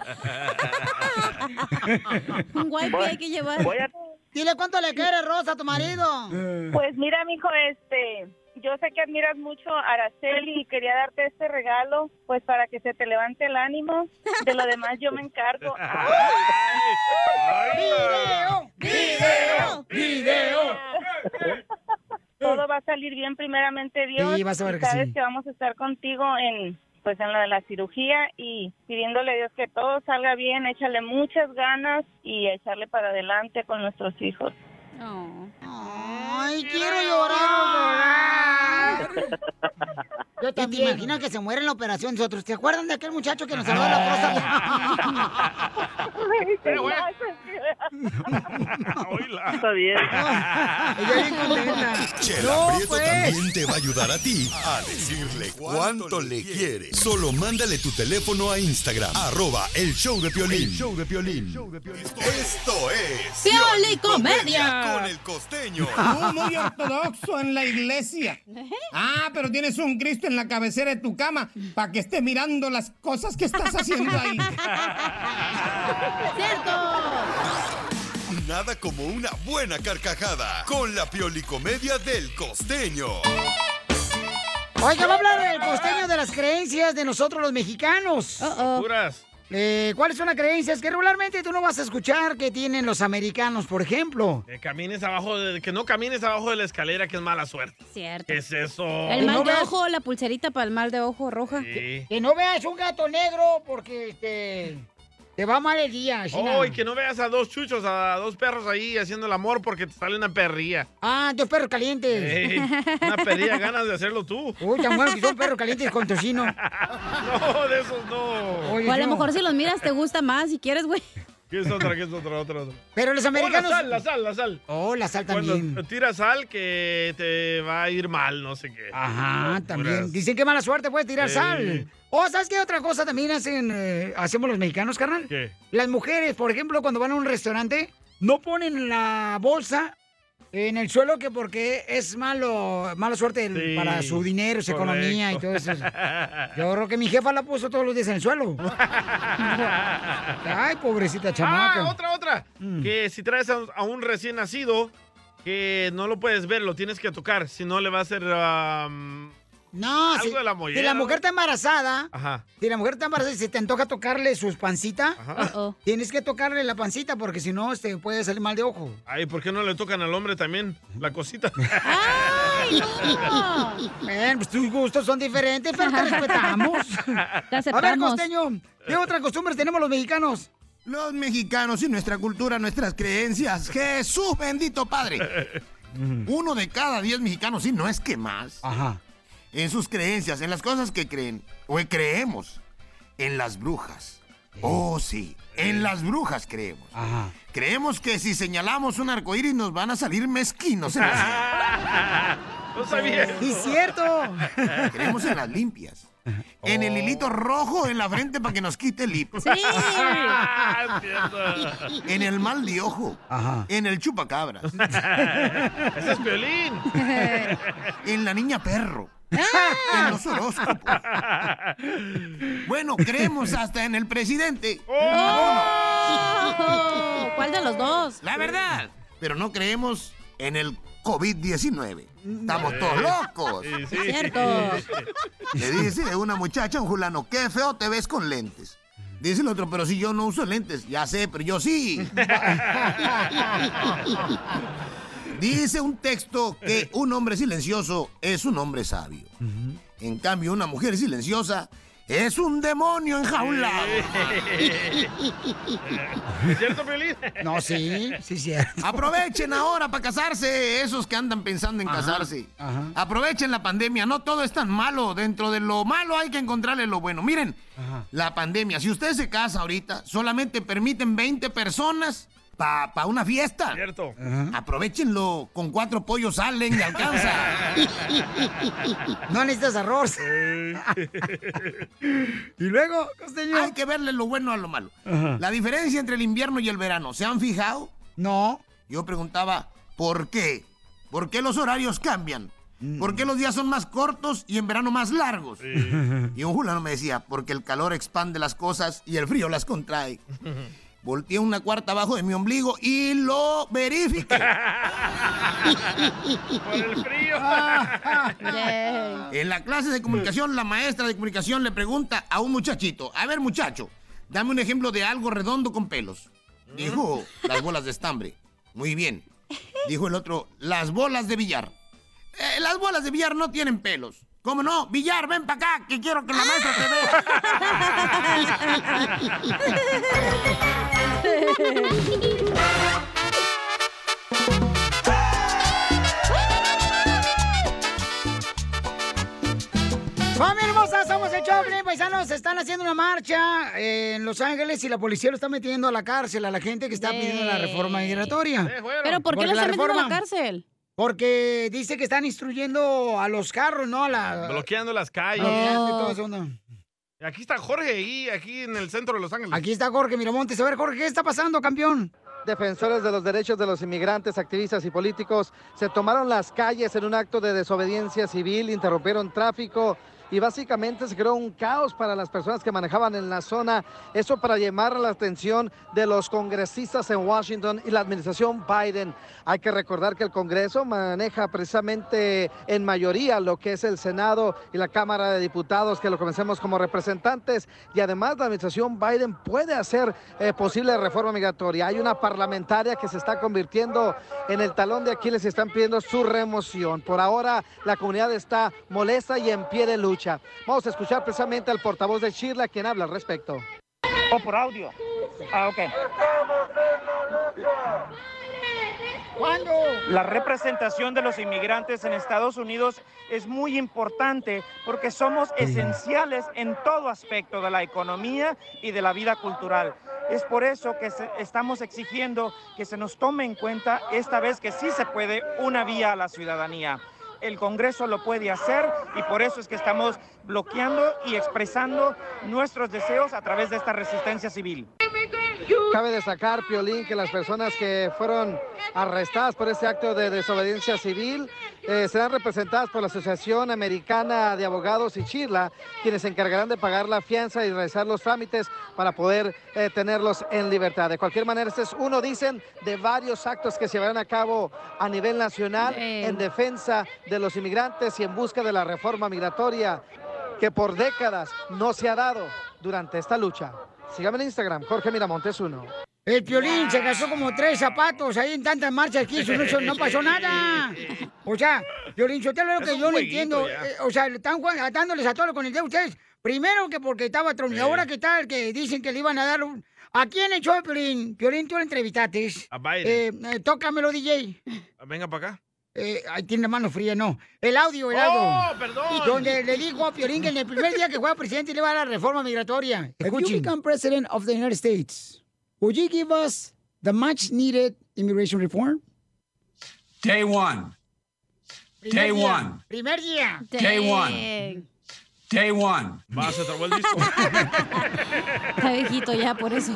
Speaker 3: Un wipe hay que llevar.
Speaker 1: Dile cuánto le quieres, Rosa, a tu marido.
Speaker 13: Pues mira, mijo, este, yo sé que admiras mucho a Araceli y quería darte este regalo, pues para que se te levante el ánimo. De lo demás yo me encargo.
Speaker 11: ¡Video! ¡Video! ¡Video!
Speaker 13: Todo va a salir bien, primeramente Dios.
Speaker 1: Sí, vas a ver
Speaker 13: Y
Speaker 1: que
Speaker 13: sabes
Speaker 1: sí.
Speaker 13: que vamos a estar contigo en pues en lo de la cirugía y pidiéndole a Dios que todo salga bien, échale muchas ganas y echarle para adelante con nuestros hijos.
Speaker 1: Ay, quiero llorar. Yo también. ¿Te imaginas que se muere en la operación nosotros? ¿Te acuerdan de aquel muchacho que nos salvó la próstata? *laughs*
Speaker 12: Está bien.
Speaker 6: Chela Prieto
Speaker 1: pues.
Speaker 6: también te va a ayudar a ti a decirle cuánto le quiere. Solo mándale tu teléfono a Instagram, arroba el show de Piolín. show de Piolín. Esto es...
Speaker 11: Pioli
Speaker 6: Comedia
Speaker 11: Comedia.
Speaker 6: con el costeño.
Speaker 9: *laughs* Tú muy ortodoxo en la iglesia. Ah, pero tienes un Cristo en la cabecera de tu cama para que esté mirando las cosas que estás haciendo
Speaker 15: *laughs*
Speaker 9: ahí.
Speaker 6: Nada como una buena carcajada con la piolicomedia del costeño.
Speaker 1: Oiga, va a hablar el costeño de las creencias de nosotros los mexicanos.
Speaker 5: Puras.
Speaker 1: Eh, ¿Cuáles son las creencias que regularmente tú no vas a escuchar que tienen los americanos, por ejemplo?
Speaker 5: Que camines abajo, de, que no camines abajo de la escalera, que es mala suerte.
Speaker 3: Cierto.
Speaker 5: ¿Qué es eso?
Speaker 3: El mal de ojo, la pulserita para el mal de ojo roja.
Speaker 5: Sí.
Speaker 1: Que no veas un gato negro porque este, te va mal el día. China.
Speaker 5: Oh, y que no veas a dos chuchos, a dos perros ahí haciendo el amor porque te sale una perría.
Speaker 1: Ah, dos perros calientes.
Speaker 5: Ey, una perría, ganas de hacerlo tú.
Speaker 1: Uy, tan bueno que son perros calientes con tocino.
Speaker 5: No, de esos no.
Speaker 3: o a lo mejor si los miras te gusta más si quieres,
Speaker 1: *laughs*
Speaker 3: güey.
Speaker 5: *laughs* ¿Qué es otra? ¿Qué es otra? otra, otra?
Speaker 1: Pero los
Speaker 5: Oh,
Speaker 1: americanos-
Speaker 5: la sal, la sal, la sal.
Speaker 1: Oh, la sal
Speaker 5: Cuando tiras sal que te va a ir mal, no sé qué.
Speaker 1: Ajá, también.
Speaker 5: Puras. *laughs*
Speaker 1: Dicen que mala suerte pues, puedes tirar
Speaker 5: Sí.
Speaker 1: sal. O, ¿sabes qué otra cosa también hacen, eh, hacemos los mexicanos, carnal?
Speaker 5: ¿Qué?
Speaker 1: Las mujeres, por ejemplo, cuando van a un restaurante, no ponen la bolsa en el suelo que porque es malo, mala suerte el-
Speaker 5: Sí,
Speaker 1: para su dinero, su
Speaker 5: correcto.
Speaker 1: economía y todo
Speaker 5: *laughs*
Speaker 1: eso. Yo creo que mi jefa la puso todos los días en el suelo. Ay, pobrecita chamaca. Mm.
Speaker 5: Ah, otra, otra. Que si traes a, a un recién nacido, que no lo puedes ver, lo tienes que tocar, si no le va a hacer... am,
Speaker 1: No,
Speaker 5: Algo
Speaker 1: si,
Speaker 5: de la
Speaker 1: si
Speaker 5: mollera,
Speaker 1: la mujer está embarazada,
Speaker 5: Ajá.
Speaker 1: si la mujer está embarazada y se te antoja tocarle sus pancita, tienes que tocarle la pancita porque si no te puede salir mal de ojo.
Speaker 3: *laughs*
Speaker 5: Ay, ¿por qué no le tocan al hombre también la cosita?
Speaker 1: Ven, pues tus gustos son diferentes, pero te
Speaker 3: *laughs*
Speaker 1: respetamos. A ver,
Speaker 9: aceptamos.
Speaker 1: costeño, ¿qué otra costumbre tenemos los mexicanos?
Speaker 9: Los mexicanos y nuestra cultura, nuestras creencias. Jesús bendito Padre. Uno de cada diez mexicanos, y no es que más. En sus creencias, en las cosas que creen, o creemos, en las brujas. Oh, sí, en las brujas creemos. Creemos que si señalamos un arcoíris nos van a salir mezquinos. en la-
Speaker 5: *laughs* No sabía
Speaker 1: Sí, cierto.
Speaker 9: Creemos en las limpias. En el hilito rojo en la frente para que nos quite el hipo.
Speaker 11: Sí. Ah, cierto.
Speaker 9: *laughs* En el mal de ojo. En el
Speaker 11: *laughs*
Speaker 9: chupacabras.
Speaker 5: Ese es violín.
Speaker 9: *laughs* en la niña perro.
Speaker 11: Ah.
Speaker 9: En los horóscopos. Bueno, creemos hasta en el presidente.
Speaker 3: Oh, ¿Cuál de los dos?
Speaker 9: *laughs* La verdad. Pero no creemos en el COVID-19. Estamos todos
Speaker 11: Sí.
Speaker 9: locos.
Speaker 11: Sí, sí. Cierto.
Speaker 9: Le dice una muchacha a un fulano, qué feo te ves con lentes. Dice el otro, pero si yo no uso lentes, ya sé, pero yo sí. Dice un texto que un hombre silencioso es un hombre sabio. En cambio, una mujer silenciosa es un demonio enjaulado.
Speaker 5: ¿Es cierto, Piolín?
Speaker 1: No, sí, sí, cierto.
Speaker 9: Aprovechen ahora para casarse, esos que andan pensando en
Speaker 1: Ajá,
Speaker 9: casarse. Aprovechen la pandemia, no todo es tan malo. Dentro de lo malo hay que encontrarle lo bueno. Miren, la pandemia, si usted se casa ahorita, solamente permiten 20 personas para una fiesta.
Speaker 5: Cierto.
Speaker 9: Aprovechenlo, con cuatro pollos salen y alcanza.
Speaker 1: *laughs* No necesitas arroz.
Speaker 9: *laughs* y luego, Hay que verle lo bueno a lo malo.
Speaker 11: Ajá.
Speaker 9: La diferencia entre el invierno y el verano, ¿se han fijado?
Speaker 1: No.
Speaker 9: Yo preguntaba, ¿por qué? ¿Por qué los horarios cambian?
Speaker 1: Mm.
Speaker 9: ¿Por qué los días son más cortos y en verano más largos? Y un fulano me decía, porque el calor expande las cosas y el frío las contrae. Volteé una cuarta abajo de mi ombligo y lo verifiqué.
Speaker 11: *laughs* Por el frío.
Speaker 9: En la clase de comunicación, la maestra de comunicación le pregunta a un muchachito, a ver muchacho, dame un ejemplo de algo redondo con pelos. Dijo, las bolas de estambre. Muy bien. Dijo el otro, las bolas de billar. "Eh, las bolas de billar no tienen pelos. ¿Cómo no? Billar, ven para acá, que quiero que la maestra te vea.
Speaker 1: paisanos, están haciendo una marcha eh, en Los Ángeles y la policía lo está metiendo a la cárcel a la gente que está pidiendo la reforma migratoria.
Speaker 3: Pero ¿por qué lo están metiendo a la
Speaker 1: reforma-
Speaker 3: cárcel?
Speaker 1: Porque dice que están instruyendo a los carros, ¿no? A la...
Speaker 5: *laughs* Bloqueando las calles.
Speaker 1: bloqueando y todo eso, ¿no?
Speaker 5: Aquí está Jorge y aquí en el centro de Los Ángeles.
Speaker 1: Aquí está Jorge Miramontes. A ver, Jorge, ¿qué está pasando, campeón?
Speaker 7: Defensores de los derechos de los inmigrantes, activistas y políticos se tomaron las calles en un acto de desobediencia civil, interrumpieron tráfico y básicamente se creó un caos para las personas que manejaban en la zona. Eso para llamar la atención de los congresistas en Washington y la administración Biden. Hay que recordar que el Congreso maneja precisamente en mayoría lo que es el Senado y la Cámara de Diputados, que lo conocemos como representantes, y además la administración Biden puede hacer eh, posible reforma migratoria. Hay una parlamentaria que se está convirtiendo en el talón de Aquiles y están pidiendo su remoción. Por ahora la comunidad está molesta y en pie de lucha. Vamos a escuchar precisamente al portavoz de Shirla quien habla al respecto.
Speaker 16: ¿O Oh, por audio? Ah, ok.
Speaker 1: ¿Cuándo?
Speaker 16: La representación de los inmigrantes en Estados Unidos es muy importante porque somos esenciales en todo aspecto de la economía y de la vida cultural. Es por eso que se- estamos exigiendo que se nos tome en cuenta esta vez que sí se puede una vía a la ciudadanía. El Congreso lo puede hacer y por eso es que estamos bloqueando y expresando nuestros deseos a través de esta resistencia civil.
Speaker 7: Cabe destacar, Piolín, que las personas que fueron arrestadas por este acto de desobediencia civil eh, serán representadas por la Asociación Americana de Abogados y Chirla, quienes se encargarán de pagar la fianza y realizar los trámites para poder eh, tenerlos en libertad. De cualquier manera, este es uno, dicen, de varios actos que se llevarán a cabo a nivel nacional en defensa de los inmigrantes y en busca de la reforma migratoria que por décadas no se ha dado durante esta lucha. Sígame en Instagram, Jorge Miramontes 1.
Speaker 1: El Piolín se casó como tres zapatos ahí en tantas marchas que hizo, no, hizo- no pasó nada. O sea, Piolín, yo te lo que
Speaker 11: un
Speaker 1: yo no
Speaker 11: jueguito
Speaker 1: entiendo.
Speaker 11: ya.
Speaker 1: eh, o sea, le están jugando- atándoles a todos con el dedo ustedes. Primero que porque estaba Trump, y ahora que tal, que dicen que le iban a dar un... ¿A quién echó el Piolín? Piolín, tú lo entrevistaste.
Speaker 5: A Biden.
Speaker 1: Eh, eh, tócamelo, DJ.
Speaker 5: Venga para acá.
Speaker 1: Eh, ahí tiene la mano fría, no. El audio, el
Speaker 5: Oh,
Speaker 1: audio.
Speaker 5: perdón.
Speaker 1: Donde le dijo a Piolín que en el primer día que juega presidente le va a dar la reforma migratoria.
Speaker 17: If you
Speaker 1: Escuchen.
Speaker 17: become president of the United States, would you give us the much needed immigration reform?
Speaker 18: Day one. Day
Speaker 1: Primer día,
Speaker 18: one.
Speaker 1: Primer día.
Speaker 18: Day one. Day one.
Speaker 5: Vas a trabar el disco.
Speaker 3: *laughs* Está viejito ya, por eso.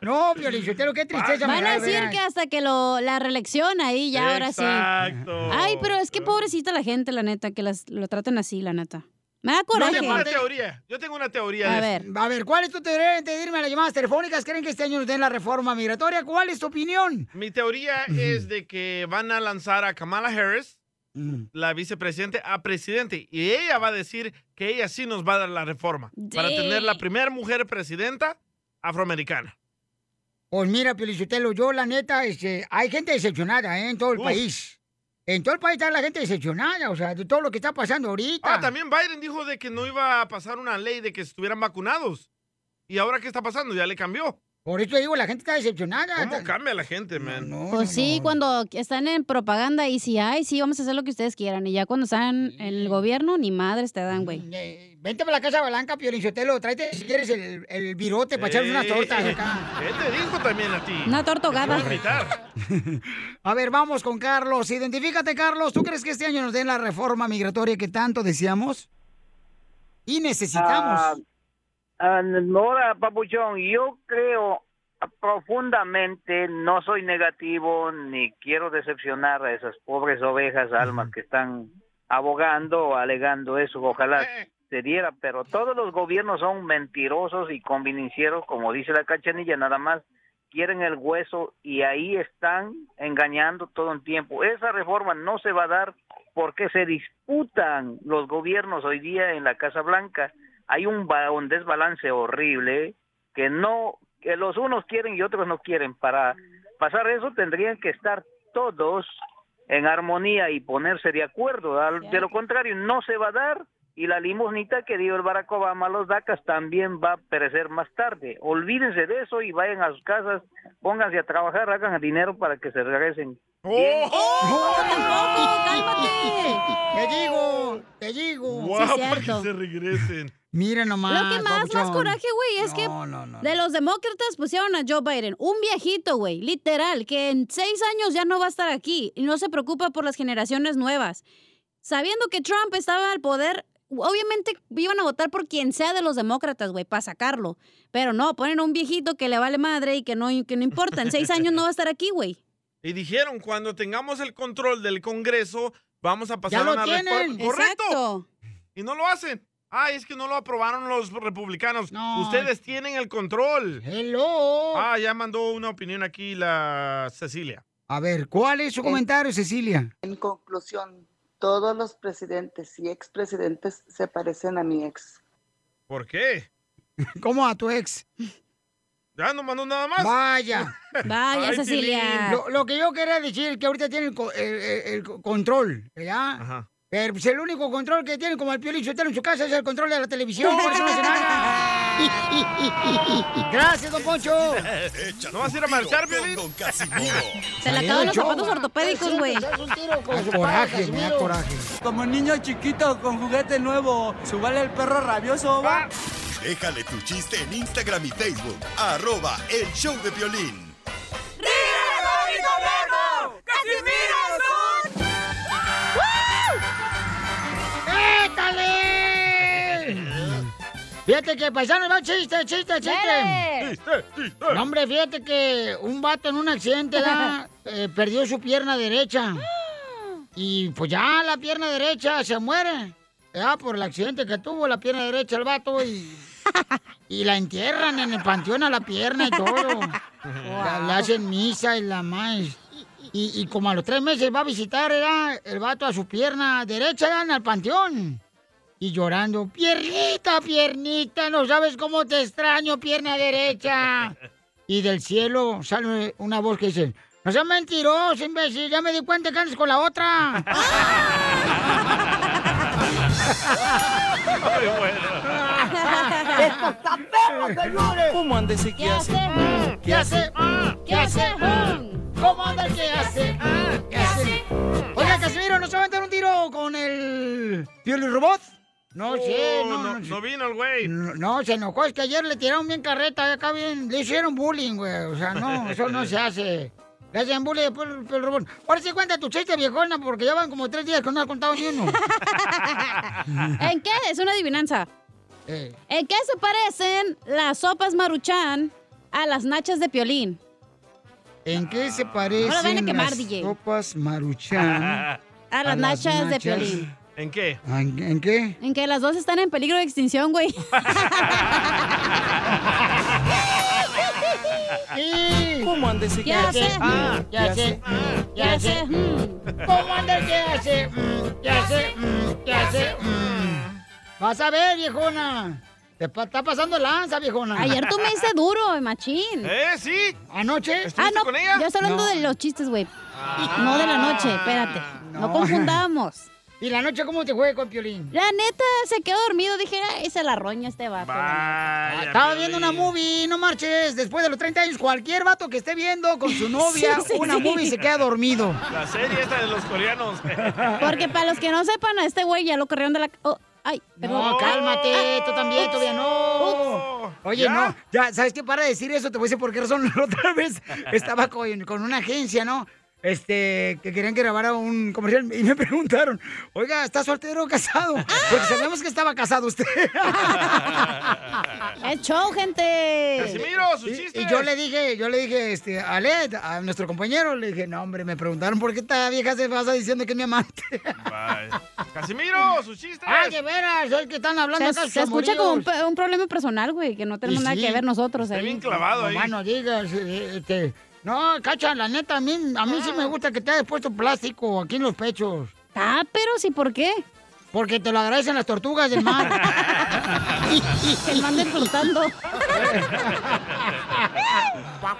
Speaker 1: No, Piolichotero, qué tristeza. Ah, me
Speaker 3: Van
Speaker 1: da,
Speaker 3: a
Speaker 1: de
Speaker 3: decir
Speaker 1: veras.
Speaker 3: que hasta que lo, la reelección ahí ya ahora sí.
Speaker 5: Exacto.
Speaker 3: Ay, pero es que pobrecita la gente, la neta, que las, lo traten así, la neta. Me da
Speaker 5: Yo
Speaker 3: coraje.
Speaker 5: tengo una teoría. Yo tengo una teoría. de
Speaker 3: A ver.
Speaker 5: esto.
Speaker 1: A ver, ¿cuál es tu teoría de pedirme a las llamadas telefónicas? ¿Creen que este año nos den la reforma migratoria? ¿Cuál es tu opinión?
Speaker 5: Mi teoría es de que van a lanzar a Kamala Harris,
Speaker 1: Mm.
Speaker 5: la vicepresidente, a presidente. Y ella va a decir que ella sí nos va a dar la reforma para
Speaker 1: Sí.
Speaker 5: tener la primera mujer presidenta afroamericana.
Speaker 1: Pues mira, Piolichotelo, yo la neta, este, hay gente decepcionada ¿eh? en todo el
Speaker 5: Uf.
Speaker 1: país. En todo el país está la gente decepcionada, o sea, de todo lo que está pasando ahorita.
Speaker 5: Ah, también Biden dijo de que no iba a pasar una ley de que estuvieran vacunados. ¿Y ahora qué está pasando? Ya le cambió.
Speaker 1: Por eso digo, la gente está decepcionada.
Speaker 5: ¿Cómo cambia la gente, man?
Speaker 3: Pues sí, cuando están en propaganda y si, ay, sí, vamos a hacer lo que ustedes quieran. Y ya cuando están en el gobierno, ni madres te dan, güey.
Speaker 1: Vente para la Casa Blanca, Piolichotelo, tráete si quieres el, el virote para echarle unas
Speaker 5: Eh,
Speaker 1: tortas acá.
Speaker 5: ¿Qué te dijo también a ti?
Speaker 1: Una torta
Speaker 5: Te
Speaker 1: ahogada.
Speaker 5: voy a gritar.
Speaker 1: A ver, vamos con Carlos. Identifícate, Carlos. ¿Tú crees que este año nos den la reforma migratoria que tanto deseamos? Y necesitamos.
Speaker 19: Ah, Nora Papuchón, yo creo profundamente, no soy negativo ni quiero decepcionar a esas pobres ovejas almas que están abogando o alegando eso, ojalá se diera, pero todos los gobiernos son mentirosos y convenicieros, como dice la cachanilla, nada más quieren el hueso y ahí están engañando todo el tiempo. Esa reforma no se va a dar porque se disputan los gobiernos hoy día en la Casa Blanca. Hay un, ba- un desbalance horrible que no, que los unos quieren y otros no quieren. Para pasar eso tendrían que estar todos en armonía y ponerse de acuerdo. Al- De lo contrario, no se va a dar y la limosnita que dio el Barack Obama a los DACAS también va a perecer más tarde. Olvídense de eso y vayan a sus casas, pónganse a trabajar, hagan dinero para que se regresen
Speaker 11: Oh,
Speaker 1: Te digo, te digo.
Speaker 5: Guau, para que se regresen.
Speaker 1: Mira nomás.
Speaker 3: Lo que más, más
Speaker 1: papuchón.
Speaker 3: coraje, güey, es que de los demócratas pusieron a Joe Biden, un viejito, güey, literal, que en seis años ya no va a estar aquí y no se preocupa por las generaciones nuevas. Sabiendo que Trump estaba al poder, obviamente iban a votar por quien sea de los demócratas, güey, para sacarlo. Pero no, ponen a un viejito que le vale madre y que no, que no importa, en seis años no va a estar aquí, güey. *laughs*
Speaker 5: Y dijeron, cuando tengamos el control del Congreso, vamos a pasar
Speaker 3: Ya lo
Speaker 5: una reforma.
Speaker 3: tienen.
Speaker 5: ¡Correcto!
Speaker 3: Exacto.
Speaker 5: Y no lo hacen. Ah, es que no lo aprobaron los republicanos. Ustedes tienen el control.
Speaker 1: ¡Hello!
Speaker 5: Ah, ya mandó una opinión aquí la Cecilia.
Speaker 20: A ver, ¿cuál
Speaker 3: Eh,
Speaker 20: es su comentario, Cecilia?
Speaker 19: En conclusión, todos los presidentes y expresidentes se parecen a
Speaker 1: *laughs*
Speaker 19: mi ex.
Speaker 5: ¿Por qué?
Speaker 20: ¿Cómo a tu ex?
Speaker 5: Ya no mandó nada más.
Speaker 3: *laughs*
Speaker 1: Vaya.
Speaker 5: Vaya, Ay, Cecilia. Piolín.
Speaker 1: Lo, lo que yo quería decir es que ahorita tienen co- el, el- el co- control, ¿verdad? Pero pues, el único control que tienen como el Piolín Sotelo en su casa es el control de la televisión. por eso no hacen nada. Gracias, don Poncho.
Speaker 5: ¿No vas a ir a marchar, Piolín?
Speaker 3: Se le acaban los zapatos ortopédicos, güey.
Speaker 20: Coraje, me da coraje.
Speaker 8: Como niño chiquito con juguete nuevo, subale el perro rabioso, va.
Speaker 6: Déjale tu chiste en Instagram y Facebook. Arroba el show de violín.
Speaker 1: ¡Étale! Fíjate que paisano, va chiste, chiste, chiste.
Speaker 11: Dale.
Speaker 1: No, hombre, fíjate que un vato en un accidente ¿verdad? Eh, perdió su pierna derecha. Y pues ya la pierna derecha se muere. Ya por el accidente que tuvo la pierna derecha el vato y, y la entierran en el panteón a la pierna y todo. La- Le hacen misa y la más. Y, y como a los tres meses va a visitar ¿verdad? el vato a su pierna derecha ¿verdad? en el panteón. Y llorando, piernita, piernita, no sabes cómo te extraño, pierna derecha. Y del cielo sale una voz que dice, no seas mentiroso, imbécil, ya me di cuenta que andas con la otra. *laughs*
Speaker 11: ¿Cómo anda ese que hace?
Speaker 1: ¿Qué hace? ¿Qué hace? ¿Cómo anda el que hace? ¿Qué hace? Oiga, Casimiro, ¿no se va a meter un tiro con el Pioli Robot? No sé, no, no,
Speaker 5: Oh, no vino el güey.
Speaker 1: No, no, se enojó, es que ayer le tiraron bien carreta, y acá bien, le hicieron bullying, güey. O sea, no, eso no se hace. Le hacen bullying después el, el robot. Ahora sí cuenta tu chiste, viejona, porque ya van como tres días que no has contado ni
Speaker 5: *laughs*
Speaker 1: uno.
Speaker 3: ¿En qué? Es una adivinanza.
Speaker 1: Eh,
Speaker 3: ¿En qué se parecen las sopas maruchan a las nachas de piolín?
Speaker 1: ¿En qué se
Speaker 3: Ahora van a
Speaker 1: parecen
Speaker 3: quemar,
Speaker 1: las
Speaker 3: DJ.
Speaker 1: sopas
Speaker 5: *laughs*
Speaker 1: maruchan?
Speaker 5: A
Speaker 3: las nachas de Piolín.
Speaker 5: ¿En qué?
Speaker 1: ¿En, en qué?
Speaker 3: En que las dos están en peligro de extinción,
Speaker 1: *laughs*
Speaker 3: güey.
Speaker 11: ¿Cómo anda ese que
Speaker 1: Ya sé.
Speaker 11: hace?
Speaker 1: Ah, Ya sé. Ya sé. ¿Cómo anda el que hace? Mm, Ya sé. mm, Ya sé. mm. Vas a ver, viejona. Te pa- está pasando lanza, viejona.
Speaker 3: Ayer tú me hice duro, machín.
Speaker 5: ¿Eh? ¿Sí?
Speaker 1: ¿Anoche?
Speaker 3: Ah, no, yo estoy hablando
Speaker 1: No.
Speaker 3: de los chistes, güey.
Speaker 5: Ah.
Speaker 3: No de la noche, espérate. No,
Speaker 1: Ah, No.
Speaker 3: confundamos.
Speaker 1: ¿Y la noche cómo te fue con Piolín?
Speaker 3: La neta, se quedó dormido. Dije, "Ay, se la roña este vato.
Speaker 1: Ah, Estaba viendo una movie, no marches. Después de los 30 años, cualquier vato que esté viendo con su novia
Speaker 3: Sí, sí,
Speaker 1: una
Speaker 3: sí.
Speaker 1: movie se queda dormido.
Speaker 5: La serie esta de los
Speaker 3: *laughs*
Speaker 5: coreanos.
Speaker 3: Porque para los que no sepan, a este güey ya lo corrieron de la... oh, ay, perdón.
Speaker 1: No, cálmate, tú también, todavía no. Oye,
Speaker 3: ¿Ya?
Speaker 1: no, ya, ¿sabes qué? Para de decir eso, te voy a decir por qué razón. *laughs* La otra vez estaba con, con una agencia, ¿no? Este, que querían que grabara un comercial y me *laughs* preguntaron, oiga, ¿está soltero
Speaker 3: *laughs*
Speaker 1: o casado?
Speaker 3: Ah.
Speaker 1: Porque sabíamos que estaba casado usted.
Speaker 3: ¡Es show, gente!
Speaker 5: ¡Casimiro, sus
Speaker 1: Y-
Speaker 5: chistes!
Speaker 1: Y yo le dije, yo le dije, este, a Led, a nuestro compañero, le dije, no, hombre, me preguntaron por qué esta vieja se pasa diciendo que es mi amante.
Speaker 5: Vaya. Casimiro, sus chistes.
Speaker 1: Ay, de veras, es que están hablando
Speaker 3: Se,
Speaker 1: acá sus
Speaker 3: se escucha como un,
Speaker 1: amoríos.
Speaker 3: pe- un problema personal, güey, que no tenemos
Speaker 1: Y
Speaker 3: nada
Speaker 1: sí.
Speaker 3: que ver nosotros ahí.
Speaker 1: Nomás no digas, eh, este, no, cacha, la neta, a mí, a mí sí me gusta que te hayas puesto plástico aquí en los pechos.
Speaker 3: Ah, pero sí, ¿por qué?
Speaker 1: Porque te lo agradecen las tortugas del mar.
Speaker 3: *laughs* que no anden flotando.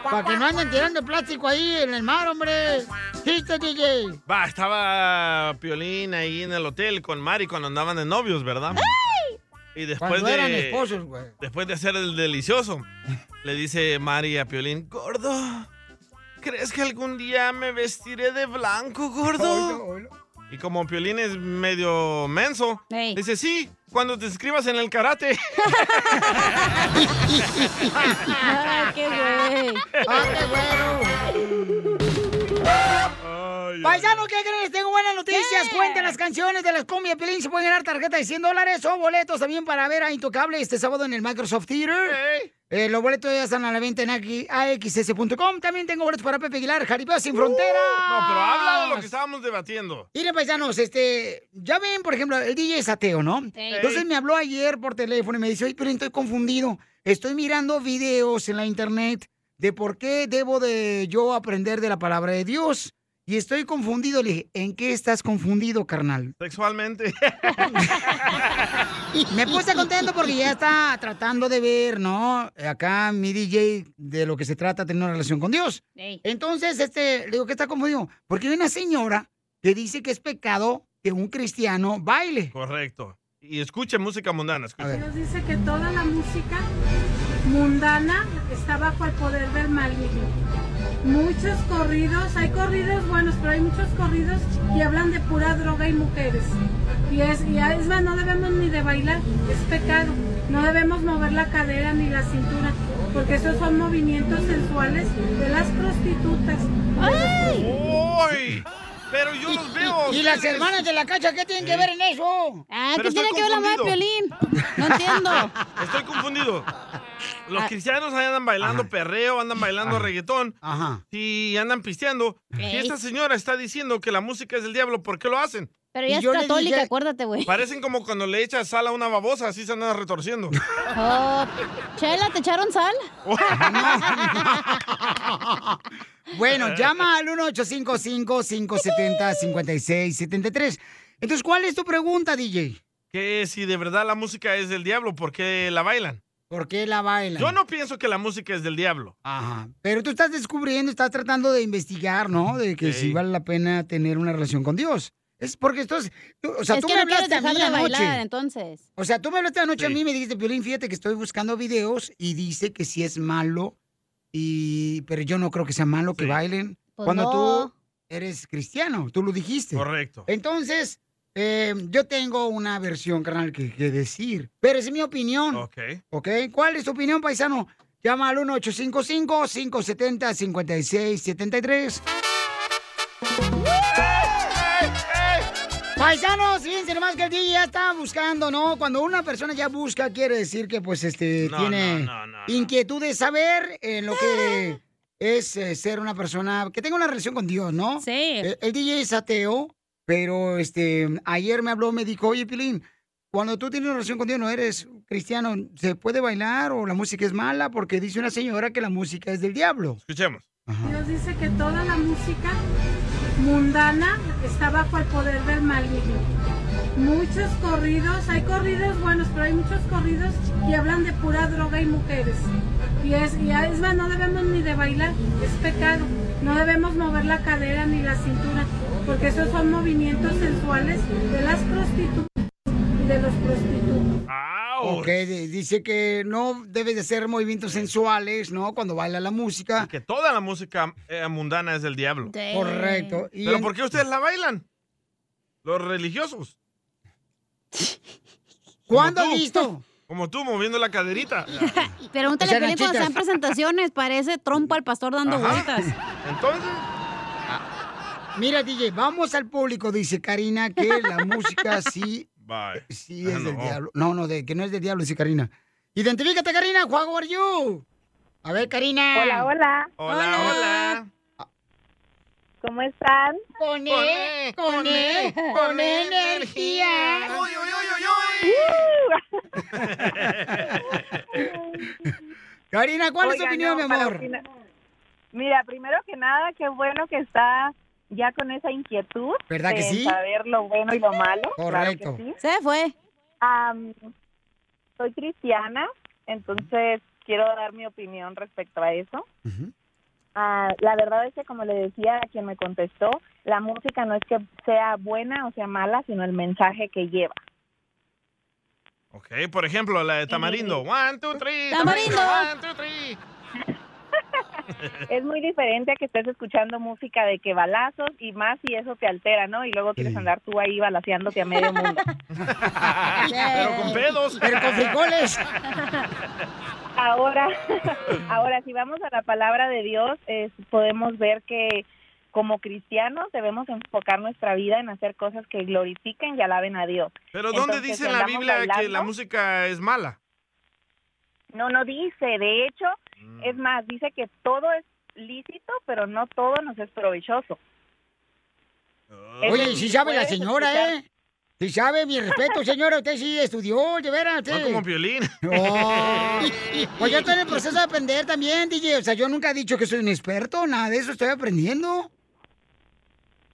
Speaker 1: Para que no anden tirando plástico ahí en el mar, hombre. Chiste, DJ.
Speaker 5: Va, estaba Piolín ahí en el hotel con Mari cuando andaban de novios, ¿verdad? Y después
Speaker 1: Cuando
Speaker 5: de,
Speaker 1: eran esposos, güey.
Speaker 5: después de hacer el delicioso, le dice Mari a Piolín, gordo, ¿Crees que algún día me vestiré de blanco, gordo? Y como Piolín es medio menso, dice, sí, cuando te inscribas en el karate.
Speaker 3: Ay, qué güey.
Speaker 1: Ah, Paisano, ¿qué crees? Tengo buenas noticias. Cuenten las canciones de las cumbias Piolín. Se pueden ganar tarjeta de 100 dólares o boletos también para ver a Intocable este sábado en el Microsoft Theater. Eh, los boletos ya están a la venta en aquí- AXS.com. También tengo boletos para Pepe Aguilar, Jaripeo Sin Frontera.
Speaker 5: Uh, No, pero habla de lo que estábamos debatiendo.
Speaker 1: Miren, paisanos, este, ya ven, por ejemplo, el DJ es ateo, ¿no? Entonces me habló ayer por teléfono y me dice, oye, pero estoy confundido. Estoy mirando videos en la internet de por qué debo de yo aprender de la palabra de Dios. Y estoy confundido. Le dije, ¿en qué estás confundido, carnal?
Speaker 5: Sexualmente. *laughs*
Speaker 1: Me puse contento porque ya está tratando de ver, ¿no? Acá mi DJ de lo que se trata, tener una relación con Dios.
Speaker 3: Ey.
Speaker 1: Entonces, este, le digo que está confundido. Porque hay una señora que dice que es pecado que un cristiano baile.
Speaker 5: Correcto. Y escuche música mundana. escuche.
Speaker 21: Nos dice que toda la música mundana está bajo el poder del maligno. Muchos corridos, hay corridos buenos, pero hay muchos corridos que hablan de pura droga y mujeres. Y es, y es más, no debemos ni de bailar, es pecado. No debemos mover la cadera ni la cintura, porque esos son movimientos sensuales de las prostitutas.
Speaker 5: ¡Ay! Pero yo los veo.
Speaker 1: Y las hermanas de la cacha, ¿qué tienen que ver en eso?
Speaker 3: Ah,
Speaker 5: Pero
Speaker 3: ¿qué
Speaker 5: estoy
Speaker 3: tiene que ver la madre Piolín? No entiendo. Ah.
Speaker 5: Estoy confundido. Los cristianos ahí andan bailando perreo, andan bailando reggaetón.
Speaker 1: Ajá.
Speaker 5: Y andan pisteando. Y
Speaker 3: Ey.
Speaker 5: esta señora está diciendo que la música es del diablo. ¿Por qué lo hacen?
Speaker 3: Pero ella es católica, acuérdate, güey.
Speaker 5: Parecen como cuando le echas sal a una babosa, así se andan
Speaker 1: *laughs*
Speaker 5: retorciendo.
Speaker 3: Oh, Chela, ¿te echaron sal?
Speaker 5: *laughs*
Speaker 1: Bueno, llama al 1-855-570-5673. Entonces, ¿cuál es tu pregunta, DJ?
Speaker 5: que si de verdad la música es del diablo, ¿por qué la bailan?
Speaker 1: ¿Por qué la bailan?
Speaker 5: Yo no pienso que la música es del diablo.
Speaker 1: Ajá. Pero tú estás descubriendo, estás tratando de investigar, ¿no? De que si vale la pena tener una relación con Dios. Es porque esto es... tú- o sea,
Speaker 3: es
Speaker 1: tú
Speaker 3: que
Speaker 1: me
Speaker 3: no quieres
Speaker 1: hablaste a
Speaker 3: dejar
Speaker 1: mí
Speaker 3: de
Speaker 1: anoche.
Speaker 3: bailar, entonces.
Speaker 1: O sea, tú me hablaste anoche a
Speaker 3: Sí.
Speaker 1: mí y me dijiste, Piolín, fíjate que estoy buscando videos y dice que sí es malo, y pero yo no creo que sea malo que bailen.
Speaker 3: Pues
Speaker 1: cuando
Speaker 3: no.
Speaker 1: tú eres cristiano, tú lo dijiste.
Speaker 5: Correcto.
Speaker 1: Entonces, eh, yo tengo una versión, carnal, que, que decir. Pero es mi opinión.
Speaker 5: Ok.
Speaker 1: ¿Ok? ¿Cuál es tu opinión, paisano? Llama al 1-855-570-5673. Paisanos, fíjense nomás que el DJ ya está buscando, ¿no? Cuando una persona ya busca, quiere decir que, pues, este,
Speaker 5: No,
Speaker 1: tiene
Speaker 5: no, no, no, no.
Speaker 1: inquietud de saber en lo que es eh, ser una persona que tenga una relación con Dios, ¿no? Sí. El, DJ es ateo, pero, este, ayer me habló, me dijo, oye, Pilín, cuando tú tienes una relación con Dios, no eres cristiano, ¿se puede bailar o la música es mala? Porque dice una señora que la música es del diablo.
Speaker 5: Escuchemos.
Speaker 21: Dios dice que toda la música mundana está bajo el poder del maligno. Muchos corridos, hay corridos buenos, pero hay muchos corridos que hablan de pura droga y mujeres. Y es, y es más, no debemos ni de bailar, es pecado. No debemos mover la cadera ni la cintura, porque esos son movimientos sensuales de las prostitutas y de los prostitutos.
Speaker 1: Ok, de- dice que no debe de ser movimientos sensuales, ¿no? Cuando baila la música.
Speaker 5: Que toda la música eh, mundana es del diablo.
Speaker 1: Damn. Correcto. Y
Speaker 5: ¿Pero
Speaker 1: en-
Speaker 5: por qué ustedes la bailan? Los religiosos.
Speaker 1: ¿Cuándo
Speaker 5: Como tú.
Speaker 1: visto?
Speaker 5: Como tú, moviendo
Speaker 13: *laughs*
Speaker 5: la caderita. O
Speaker 3: Pregúntale
Speaker 5: sea,
Speaker 3: a Piolín cuando
Speaker 5: Nachitas.
Speaker 3: sean presentaciones, parece trompa al pastor dando
Speaker 5: Ajá.
Speaker 3: vueltas.
Speaker 5: *laughs* Entonces. ah,
Speaker 1: Mira, DJ, vamos al público, dice Karina, que
Speaker 5: *laughs*
Speaker 1: la música sí,
Speaker 5: Bye.
Speaker 1: sí es del diablo. No, no, de, que no es del diablo, dice Karina. Identifícate, Karina, how are you? A ver, Karina.
Speaker 13: Hola, hola.
Speaker 5: Hola, hola.
Speaker 13: ¿Cómo están?
Speaker 1: Con
Speaker 13: él,
Speaker 1: con él, con energía.
Speaker 5: Uy, uy,
Speaker 1: Karina, ¿cuál es tu
Speaker 13: Oiga,
Speaker 1: opinión,
Speaker 13: no,
Speaker 1: mi
Speaker 13: para
Speaker 1: amor?
Speaker 13: opinar- Mira, primero que nada, qué bueno que está ya con esa inquietud.
Speaker 1: ¿Verdad que
Speaker 13: de
Speaker 1: sí?
Speaker 13: Saber lo bueno y lo malo. claro que
Speaker 1: Correcto.
Speaker 13: sí.
Speaker 3: Se fue.
Speaker 13: Am, soy cristiana, entonces quiero dar mi opinión respecto a eso. Ah, la verdad es que, como le decía a quien me contestó, la música no es que sea buena o sea mala, sino el mensaje que lleva.
Speaker 5: Ok, por ejemplo, la de Tamarindo. One, two, three.
Speaker 13: Tamarindo.
Speaker 5: One, two, three.
Speaker 13: es muy diferente a que estés escuchando música de que balazos y más y eso te altera, ¿no? Y luego quieres andar tú ahí balaseándote a medio mundo.
Speaker 5: Pero con pedos.
Speaker 13: Pero con
Speaker 5: *laughs*
Speaker 13: frijoles. Ahora, *laughs* ahora si vamos a la palabra de Dios, es- podemos ver que como cristianos debemos enfocar nuestra vida en hacer cosas que glorifiquen y alaben a Dios.
Speaker 5: Pero ¿dónde
Speaker 13: Entonces,
Speaker 5: dice
Speaker 13: si
Speaker 5: en la
Speaker 13: andamos
Speaker 5: Biblia que la
Speaker 13: bailando-
Speaker 5: música es mala?
Speaker 13: no, no dice. De hecho,
Speaker 5: Mm.
Speaker 13: es más, dice que todo es lícito, pero no todo nos es provechoso. Es
Speaker 1: Oye,
Speaker 13: decir,
Speaker 1: si sabe la
Speaker 13: puedes
Speaker 1: señora,
Speaker 13: escuchar-
Speaker 1: ¿eh? Si sabe, mi respeto, señora, usted sí estudió, de veras.
Speaker 5: No
Speaker 1: usted.
Speaker 5: como violín.
Speaker 1: *laughs*
Speaker 5: *laughs*
Speaker 1: No. Pues yo estoy en el proceso de aprender también, DJ. O sea, yo nunca he dicho que soy un experto, nada de eso, estoy aprendiendo.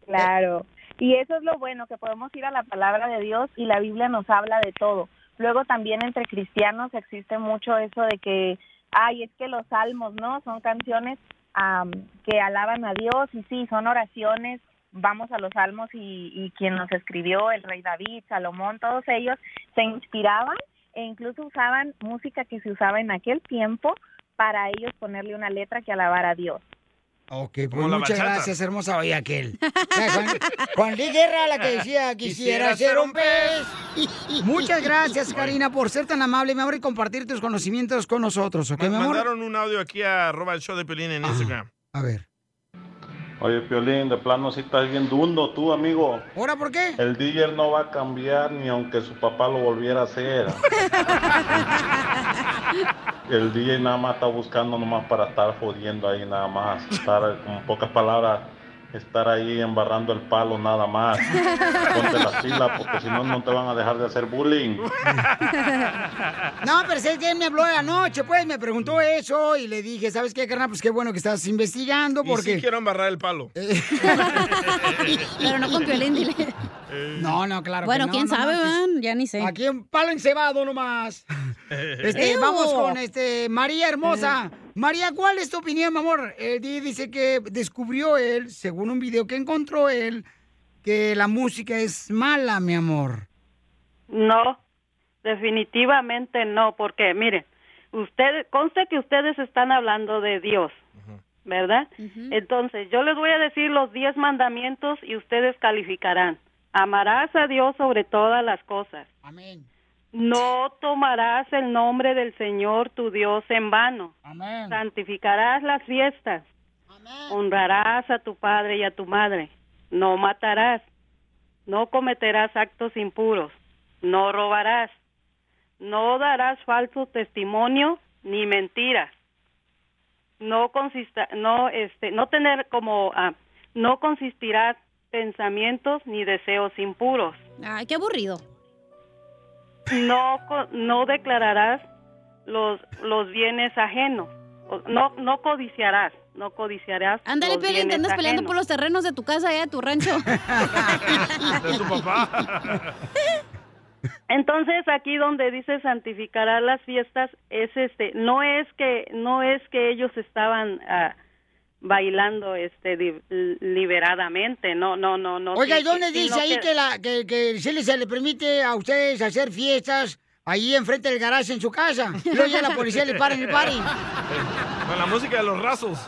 Speaker 13: Claro. Y eso es lo bueno, que podemos ir a la palabra de Dios y la Biblia nos habla de todo. Luego también entre cristianos existe mucho eso de que, ay, es que los salmos, ¿no? Son canciones am, que alaban a Dios y sí, son oraciones. Vamos a los salmos y, y quien los escribió, el rey David, Salomón, todos ellos se inspiraban e incluso usaban música que se usaba en aquel tiempo para ellos ponerle una letra que alabara a Dios.
Speaker 1: Ok,
Speaker 5: Como
Speaker 1: pues
Speaker 5: la
Speaker 1: muchas
Speaker 5: bachata.
Speaker 1: gracias, hermosa. Oye, aquel. Ay, Juan, Juan Luis Guerra, la que
Speaker 5: *laughs*
Speaker 1: decía, quisiera, ser un pez. *laughs* Muchas
Speaker 5: *laughs*
Speaker 1: gracias, Karina, por ser tan amable, mi amor, y compartir tus conocimientos con nosotros, ¿ok, mi amor? Ah.
Speaker 5: Mandaron un audio aquí a arroba el show de Piolín en Instagram.
Speaker 1: A ver.
Speaker 22: Oye, Piolín, de plano si estás bien dundo tú, amigo.
Speaker 1: ¿Ahora por qué?
Speaker 22: El DJ no va a cambiar ni aunque su papá lo volviera a hacer. El DJ nada más está buscando nomás para estar jodiendo ahí nada más. Estar, con pocas palabras, estar ahí embarrando el palo nada más. Ponte las pilas porque si no, no te van a dejar de hacer bullying.
Speaker 5: *laughs*
Speaker 1: No, pero sé que él me habló anoche, pues, me preguntó eso y le dije, ¿sabes qué, carnal? Pues qué bueno que estás investigando
Speaker 5: Y sí
Speaker 1: porque...
Speaker 5: quiero embarrar el palo.
Speaker 1: Eh, Pero no con Piolín, dile. *laughs* No, no, claro que
Speaker 3: Bueno,
Speaker 1: no,
Speaker 3: quién
Speaker 1: no
Speaker 3: sabe,
Speaker 1: manches.
Speaker 3: ¿verdad? Ya ni sé.
Speaker 1: Aquí un palo
Speaker 5: *laughs*
Speaker 1: encebado nomás.
Speaker 5: Eh,
Speaker 1: Este,
Speaker 3: Ew.
Speaker 1: vamos con este María hermosa. María, ¿cuál es tu opinión, mi amor? El DJ dice que descubrió él, según un video que encontró él, que la música es mala, mi amor.
Speaker 23: No, definitivamente no, porque miren, usted, conste que ustedes están hablando de Dios, ¿verdad? Entonces, yo les voy a decir los diez mandamientos y ustedes calificarán. Amarás a Dios sobre todas las cosas.
Speaker 1: Amén.
Speaker 23: No tomarás el nombre del Señor tu Dios en vano.
Speaker 1: Amén.
Speaker 23: Santificarás las fiestas. Honrarás a tu padre y a tu madre. No matarás. No cometerás actos impuros. No robarás. No darás falso testimonio ni mentiras. No consista, no este, no tener como ah, no consistirás pensamientos ni deseos impuros.
Speaker 3: Ay, qué aburrido.
Speaker 23: No co- no declararás los los bienes ajenos. O- No no codiciarás, no codiciarás.
Speaker 3: Ándale,
Speaker 23: los
Speaker 3: Piolín, te
Speaker 23: bienes
Speaker 3: andas peleando
Speaker 23: ajenos.
Speaker 3: por los terrenos de tu casa allá de tu
Speaker 23: *laughs*
Speaker 3: rancho.
Speaker 5: *laughs* De tu papá.
Speaker 23: Entonces aquí donde dice santificará las fiestas es este no es que no es que ellos estaban ah, bailando este di- liberadamente no no no no
Speaker 1: Oiga,
Speaker 23: sí,
Speaker 1: ¿y dónde
Speaker 23: sí,
Speaker 1: dice
Speaker 23: sino
Speaker 1: ahí que, la, que, que sí le- se le permite a ustedes hacer fiestas ahí enfrente del garaje en su casa? Y luego ya la policía le para en el party.
Speaker 5: *laughs* Con la música de los
Speaker 1: *laughs*
Speaker 5: rasos.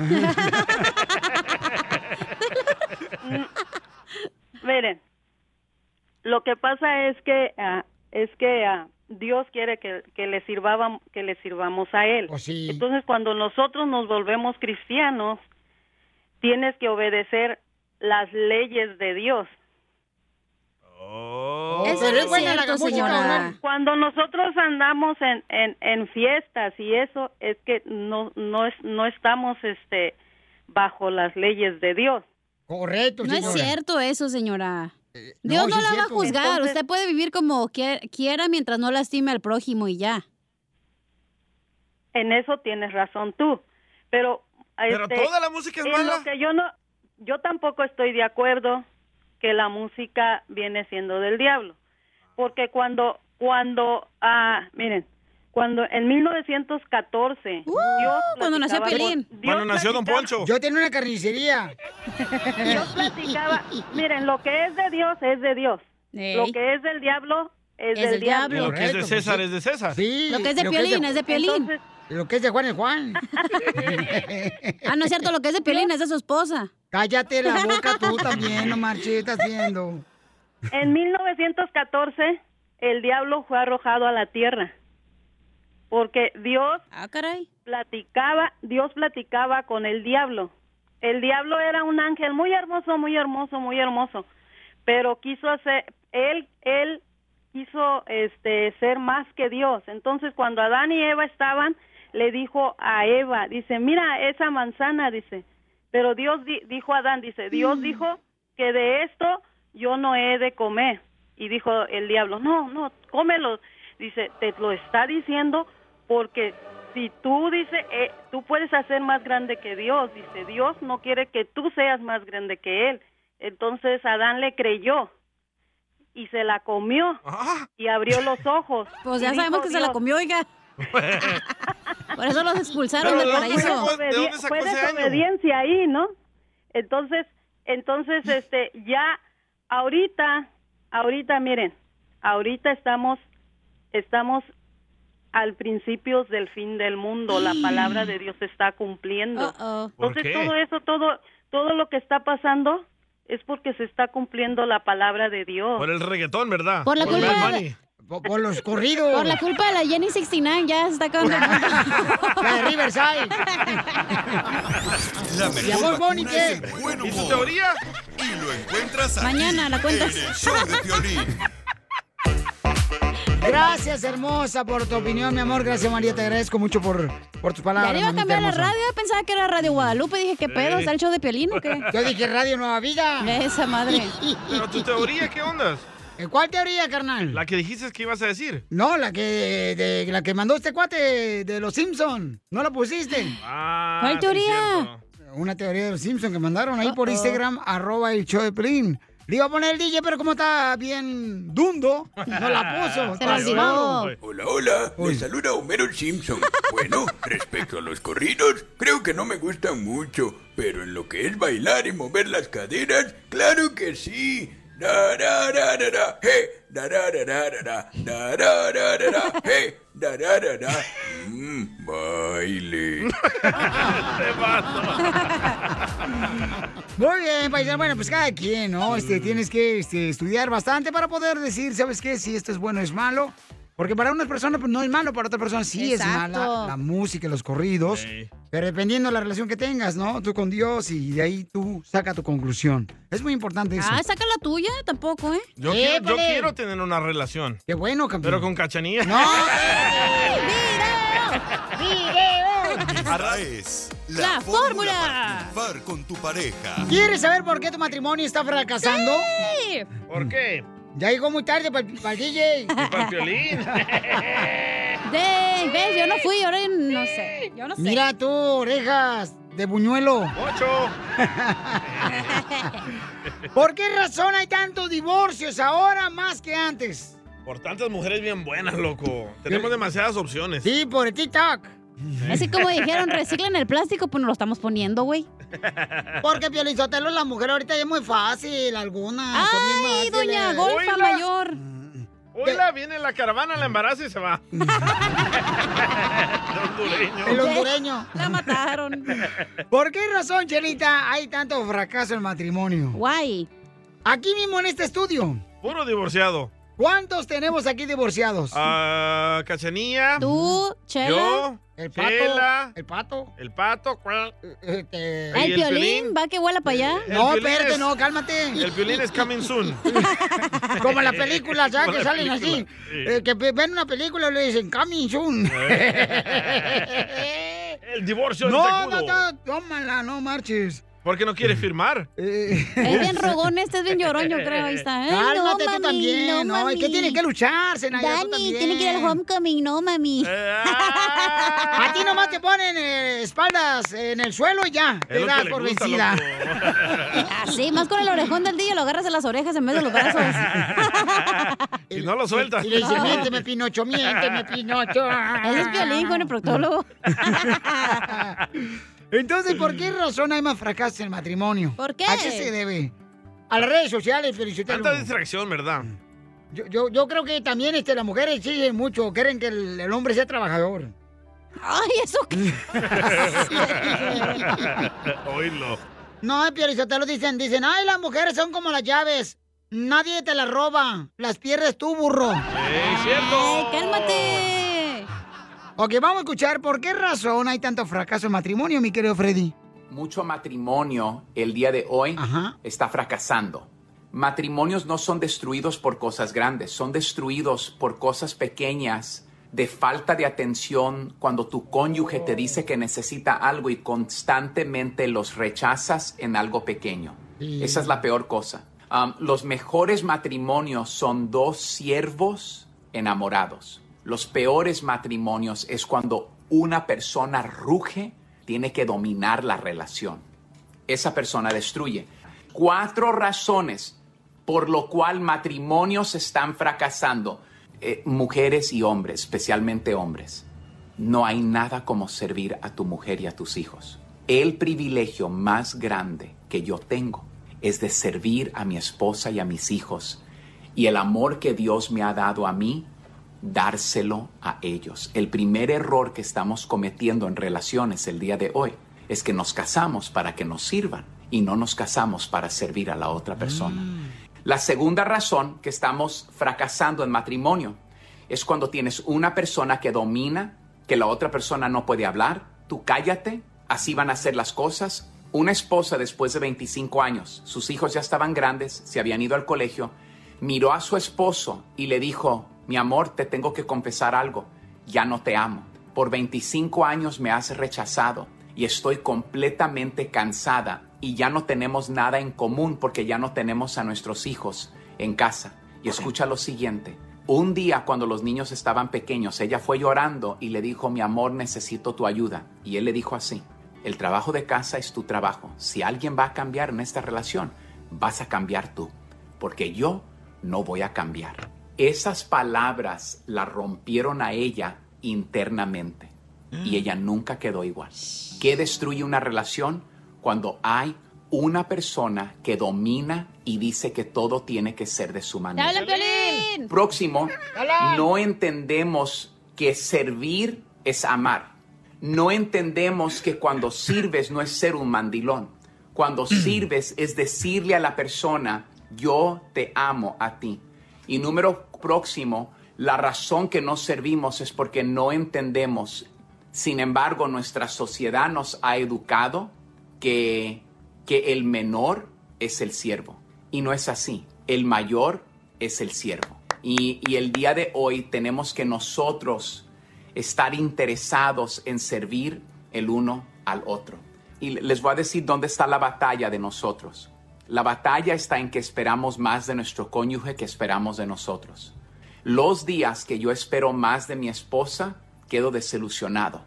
Speaker 23: *laughs* miren lo que pasa es que ah, es que ah, Dios quiere que, que le sirvamos que le sirvamos a él entonces cuando nosotros nos volvemos cristianos tienes que obedecer las leyes de Dios
Speaker 5: Oh,
Speaker 1: Eso Pero no es es buena la cierto, música, señora. ¿o no?
Speaker 23: Cuando nosotros andamos en, en, en fiestas y eso es que no no es no estamos este bajo las leyes de Dios.
Speaker 1: Correcto,
Speaker 3: No es
Speaker 23: señora.
Speaker 3: cierto eso, señora.
Speaker 1: Eh,
Speaker 23: no,
Speaker 3: Dios
Speaker 23: sí
Speaker 3: no, la
Speaker 23: es
Speaker 3: va a
Speaker 23: cierto.
Speaker 3: juzgar.
Speaker 23: Entonces-
Speaker 3: Usted puede vivir como quie- quiera mientras no lastime al prójimo y ya.
Speaker 23: En eso tienes razón tú. Pero
Speaker 3: Pero
Speaker 23: este,
Speaker 3: toda la música es
Speaker 23: en
Speaker 3: mala.
Speaker 23: lo que yo no yo tampoco estoy de acuerdo que la música viene siendo del diablo. Porque cuando cuando ah miren, cuando en 1914 Dios
Speaker 3: Uh, cuando nació
Speaker 23: platicaba con-
Speaker 3: Pelín.
Speaker 23: Dios
Speaker 5: nació Don Poncho.
Speaker 1: Yo tenía una
Speaker 23: *laughs*
Speaker 1: carnicería.
Speaker 23: Yo platicaba, miren, lo que es de Dios es de Dios.
Speaker 3: Ey.
Speaker 23: Lo que es del diablo es,
Speaker 3: Es
Speaker 23: del
Speaker 3: del
Speaker 23: diablo.
Speaker 5: Lo que es de César es de César.
Speaker 1: pues Sí.
Speaker 3: Lo que es de Piolín es de Piolín.
Speaker 23: Entonces,
Speaker 1: Lo que es de Juan es Juan.
Speaker 3: Ah, no es cierto, lo que es
Speaker 23: *laughs*
Speaker 3: de Piolín es de su esposa.
Speaker 1: Cállate la boca
Speaker 3: *laughs*
Speaker 1: tú también, no marches, estás viendo.
Speaker 23: En 1914, el diablo fue arrojado a la tierra. Porque Dios platicaba, Dios platicaba con el diablo. El diablo era un ángel muy hermoso, muy hermoso, muy hermoso, pero quiso hacer él él quiso este ser más que Dios. Entonces, cuando Adán y Eva estaban, le dijo a Eva, dice, "Mira esa manzana", dice. Pero Dios di- dijo a Adán, dice, "Dios dijo que de esto yo no he de comer. Y dijo el diablo, no, no, cómelo. Dice, te lo está diciendo porque si tú dice, eh, tú puedes hacer más grande que Dios. Dice, Dios no quiere que tú seas más grande que Él. Entonces Adán le creyó y se la comió
Speaker 14: Ah.
Speaker 23: y abrió los ojos.
Speaker 3: *laughs* Pues
Speaker 14: Y
Speaker 3: ya
Speaker 14: dijo
Speaker 3: sabemos que se la
Speaker 14: Dios,
Speaker 3: comió,
Speaker 14: *laughs*
Speaker 3: oiga. Por eso los expulsaron
Speaker 14: Pero
Speaker 3: del
Speaker 14: ¿de dónde
Speaker 3: paraíso.
Speaker 14: sacó- de dónde sacó
Speaker 23: fue
Speaker 14: ese año?
Speaker 23: desobediencia ahí, ¿no? Entonces, entonces, este, ya ahorita, ahorita, miren, ahorita estamos, estamos al principio del fin del mundo. La palabra de Dios se está cumpliendo.
Speaker 14: Mm. ¿Por
Speaker 23: Entonces,
Speaker 14: qué?
Speaker 23: todo eso, todo, todo lo que está pasando es porque se está cumpliendo la palabra de Dios.
Speaker 5: Por el reggaetón, ¿verdad?
Speaker 23: Por la
Speaker 5: Bad
Speaker 23: culpa
Speaker 5: Bunny.
Speaker 1: Por, los corridos.
Speaker 3: Por la culpa de la Jenny 69 ya se está acabando.
Speaker 1: *laughs* La de Riverside.
Speaker 6: La
Speaker 1: ¿Y a Bob
Speaker 6: mejor
Speaker 1: Bunny
Speaker 6: vacuna
Speaker 1: qué?
Speaker 6: es el buen
Speaker 1: ¿Y su
Speaker 6: humor.
Speaker 1: teoría?
Speaker 6: Y lo encuentras aquí,
Speaker 3: Mañana la cuentas.
Speaker 6: en el show de
Speaker 1: *laughs*
Speaker 6: Piolín.
Speaker 1: Gracias, hermosa, por tu opinión, mi amor. Gracias, María. Te agradezco mucho por, por tus
Speaker 3: Ya
Speaker 1: palabras.
Speaker 3: le iba a
Speaker 1: mamita
Speaker 3: cambiar la
Speaker 1: hermosa.
Speaker 3: radio, pensaba que era Radio Guadalupe. Dije, ¿qué pedo?
Speaker 1: Sí.
Speaker 3: ¿Está el show de Piolín o qué?
Speaker 1: *laughs* Yo dije Radio Nueva Vida.
Speaker 3: Esa
Speaker 1: *laughs*
Speaker 3: madre.
Speaker 5: Pero tu teoría, ¿qué onda?
Speaker 1: ¿Cuál teoría, carnal?
Speaker 5: La que dijiste que ibas a decir.
Speaker 1: No, la que, de, la que mandó este cuate de los Simpson. ¿No la pusiste?
Speaker 5: Ah, sí, cierto.
Speaker 1: Una teoría de los Simpson que mandaron ahí por
Speaker 5: Uh-oh.
Speaker 1: Instagram, arroba el show de Piolín. Le iba a poner el DJ, pero como está bien dundo, no la
Speaker 2: *laughs*
Speaker 1: puso.
Speaker 2: Se
Speaker 1: está
Speaker 2: la
Speaker 1: lastimado.
Speaker 2: Hola, hola. Les saluda Homero Simpson. Bueno, respecto a los corridos, creo que no me gustan mucho. Pero en lo que es bailar y mover las caderas, claro que sí. Da, da, da, da, da, hey, da, da, da, da, da, da, da, da, da, da, da, hey, da, da, da, da. Mm, *laughs* baile.
Speaker 1: Muy bien, paisano. Bueno, pues cada quien, ¿no? Este, tienes que este, estudiar bastante para poder decir, ¿sabes qué? Si esto es bueno o es malo. Porque para unas personas pues, no es malo, para otras personas sí es
Speaker 3: Exacto.
Speaker 1: mala la música, los corridos. Pero dependiendo de la relación que tengas, ¿no? Tú con Dios y de ahí tú saca tu conclusión. Es muy importante eso.
Speaker 3: Ah, saca la tuya tampoco, ¿eh?
Speaker 5: Yo, quiero, yo quiero tener una relación.
Speaker 1: Qué bueno, campeón.
Speaker 5: Pero con cachanilla.
Speaker 1: No. *laughs*
Speaker 6: Esta es la,
Speaker 1: La
Speaker 6: fórmula
Speaker 1: fórmula.
Speaker 6: para triunfar con tu
Speaker 1: *laughs*
Speaker 6: pareja.
Speaker 1: ¿Quieres saber por qué tu matrimonio está fracasando? Sí.
Speaker 5: ¿Por qué?
Speaker 1: Ya llegó muy tarde para el, DJ.
Speaker 5: para el violín.
Speaker 3: *laughs* De, ¿Ves? Yo no fui, ahora no sé. Yo no sé.
Speaker 1: Mira tú, orejas de buñuelo.
Speaker 5: Ocho.
Speaker 1: *laughs* ¿Por qué razón hay tantos divorcios ahora más que antes?
Speaker 5: Por tantas *laughs* mujeres bien buenas, loco. Tenemos demasiadas opciones.
Speaker 1: Sí, por el TikTok.
Speaker 3: Es que como dijeron, reciclan el plástico, pues nos lo estamos poniendo, güey.
Speaker 5: *laughs*
Speaker 1: Porque Piolizotelo, la mujer ahorita ya es muy fácil, algunas.
Speaker 3: Ay, doña Golfa
Speaker 5: Oila.
Speaker 3: Mayor.
Speaker 5: Hola, viene la caravana, la embaraza y se
Speaker 1: *laughs*
Speaker 5: va. El hondureño.
Speaker 1: El hondureño. La
Speaker 3: mataron.
Speaker 1: *laughs* ¿Por qué razón, Chelita, hay tanto fracaso en matrimonio?
Speaker 3: Guay.
Speaker 1: Aquí mismo en este estudio,
Speaker 5: Puro divorciado.
Speaker 1: ¿cuántos tenemos aquí divorciados?
Speaker 5: Ah, cachanilla.
Speaker 3: Tú, Chela.
Speaker 5: Yo.
Speaker 1: El pato.
Speaker 5: Chela.
Speaker 1: El pato.
Speaker 5: El pato.
Speaker 1: Este...
Speaker 3: El violín, va que huela para allá.
Speaker 5: El No, Piolín espérate, es-
Speaker 1: Eh, no, cálmate.
Speaker 5: El violín es coming soon.
Speaker 1: *laughs*
Speaker 5: *laughs*
Speaker 1: Como las películas, ya
Speaker 5: Como
Speaker 1: que
Speaker 5: la
Speaker 1: salen así.
Speaker 5: película, sí.
Speaker 1: Eh, que pe- ven una película y le dicen, coming soon.
Speaker 5: Eh.
Speaker 1: *laughs*
Speaker 5: El divorcio
Speaker 1: no,
Speaker 5: está
Speaker 1: no,
Speaker 5: crudo.
Speaker 1: no, tómala, no marches. Eh,
Speaker 5: ¿Por qué no quiere firmar?
Speaker 3: Es
Speaker 1: *laughs*
Speaker 3: bien rogón, este es bien llorón, yo creo, ahí está. Ay,
Speaker 1: Cálmate
Speaker 3: no,
Speaker 1: tú
Speaker 3: mami,
Speaker 1: también, ¿no?
Speaker 3: mami.
Speaker 1: Es que tiene que luchar, Zenaida, tú
Speaker 3: Dani,
Speaker 1: también.
Speaker 3: tiene que ir al homecoming, no, mami.
Speaker 5: Eh, ah.
Speaker 1: *laughs* A ti nomás te ponen eh, espaldas en el suelo y ya, te das por vencida.
Speaker 3: Así, más con el orejón del día, lo agarras en las orejas en vez de los
Speaker 1: *laughs*
Speaker 3: brazos.
Speaker 5: Y no lo sueltas.
Speaker 1: Y le dice,
Speaker 5: *laughs*
Speaker 1: miénteme, Pinocho, miénteme, Pinocho.
Speaker 3: *laughs* Ese es violín con el proctólogo.
Speaker 1: *laughs* Entonces, ¿por qué razón hay más fracasos en el matrimonio?
Speaker 3: ¿Por qué?
Speaker 1: ¿A qué se debe? A las redes sociales, felicitar.
Speaker 5: Tanta distracción, ¿verdad?
Speaker 1: Yo, yo, yo creo que también este, las mujeres exigen mucho, quieren que el, el hombre sea trabajador.
Speaker 3: Ay, eso qué.
Speaker 5: Oílo.
Speaker 1: No, te lo dicen, dicen, ay, las mujeres son como las llaves. Nadie te las roba, las pierdes tú, burro.
Speaker 5: Es cierto.
Speaker 1: cálmate! Ok, vamos a escuchar por qué razón hay tanto fracaso en matrimonio, mi querido Freddy.
Speaker 4: mucho matrimonio el día de hoy está fracasando. Matrimonios no son destruidos por cosas grandes, son destruidos por cosas pequeñas de falta de atención cuando tu cónyuge te dice que necesita algo y constantemente los rechazas en algo pequeño. *laughs*
Speaker 10: Sí.
Speaker 4: Esa es la peor cosa. Um, los mejores matrimonios son dos siervos enamorados. Los peores matrimonios es cuando una persona ruge, tiene que dominar la relación. Esa persona destruye. Cuatro razones por lo cual matrimonios están fracasando. Eh, mujeres y hombres, especialmente hombres. No hay nada como servir a tu mujer y a tus hijos. El privilegio más grande que yo tengo es de servir a mi esposa y a mis hijos. Y el amor que Dios me ha dado a mí, dárselo a ellos. El primer error que estamos cometiendo en relaciones el día de hoy es que nos casamos para que nos sirvan y no nos casamos para servir a la otra persona. La segunda razón que estamos fracasando en matrimonio es cuando tienes una persona que domina, que la otra persona no puede hablar, tú cállate, así van a ser las cosas. Una esposa después de 25 años, sus hijos ya estaban grandes, se habían ido al colegio, miró a su esposo y le dijo, mi amor, te tengo que confesar algo, ya no te amo. Por 25 años me has rechazado y estoy completamente cansada y ya no tenemos nada en común porque ya no tenemos a nuestros hijos en casa. Y escucha lo siguiente. Un día cuando los niños estaban pequeños, ella fue llorando y le dijo, mi amor, necesito tu ayuda. Y él le dijo así, el trabajo de casa es tu trabajo. Si alguien va a cambiar en esta relación, vas a cambiar tú, porque yo no voy a cambiar. Esas palabras la rompieron a ella internamente y ella nunca quedó igual. ¿Qué destruye una relación? Cuando hay una persona que domina y dice que todo tiene que ser de su
Speaker 3: ¡Te
Speaker 4: manera.
Speaker 3: hablan, Piolín!
Speaker 4: Próximo, no entendemos que servir es amar. No entendemos que cuando sirves no es ser un mandilón. Cuando sirves es decirle a la persona, yo te amo a ti. Y número próximo, la razón que no servimos es porque no entendemos. Sin embargo, nuestra sociedad nos ha educado que, que el menor es el siervo. Y no es así. El mayor es el siervo. Y, y el día de hoy tenemos que nosotros estar interesados en servir el uno al otro. Y les voy a decir dónde está la batalla de nosotros. La batalla está en que esperamos más de nuestro cónyuge que esperamos de nosotros. Los días que yo espero más de mi esposa, quedo desilusionado.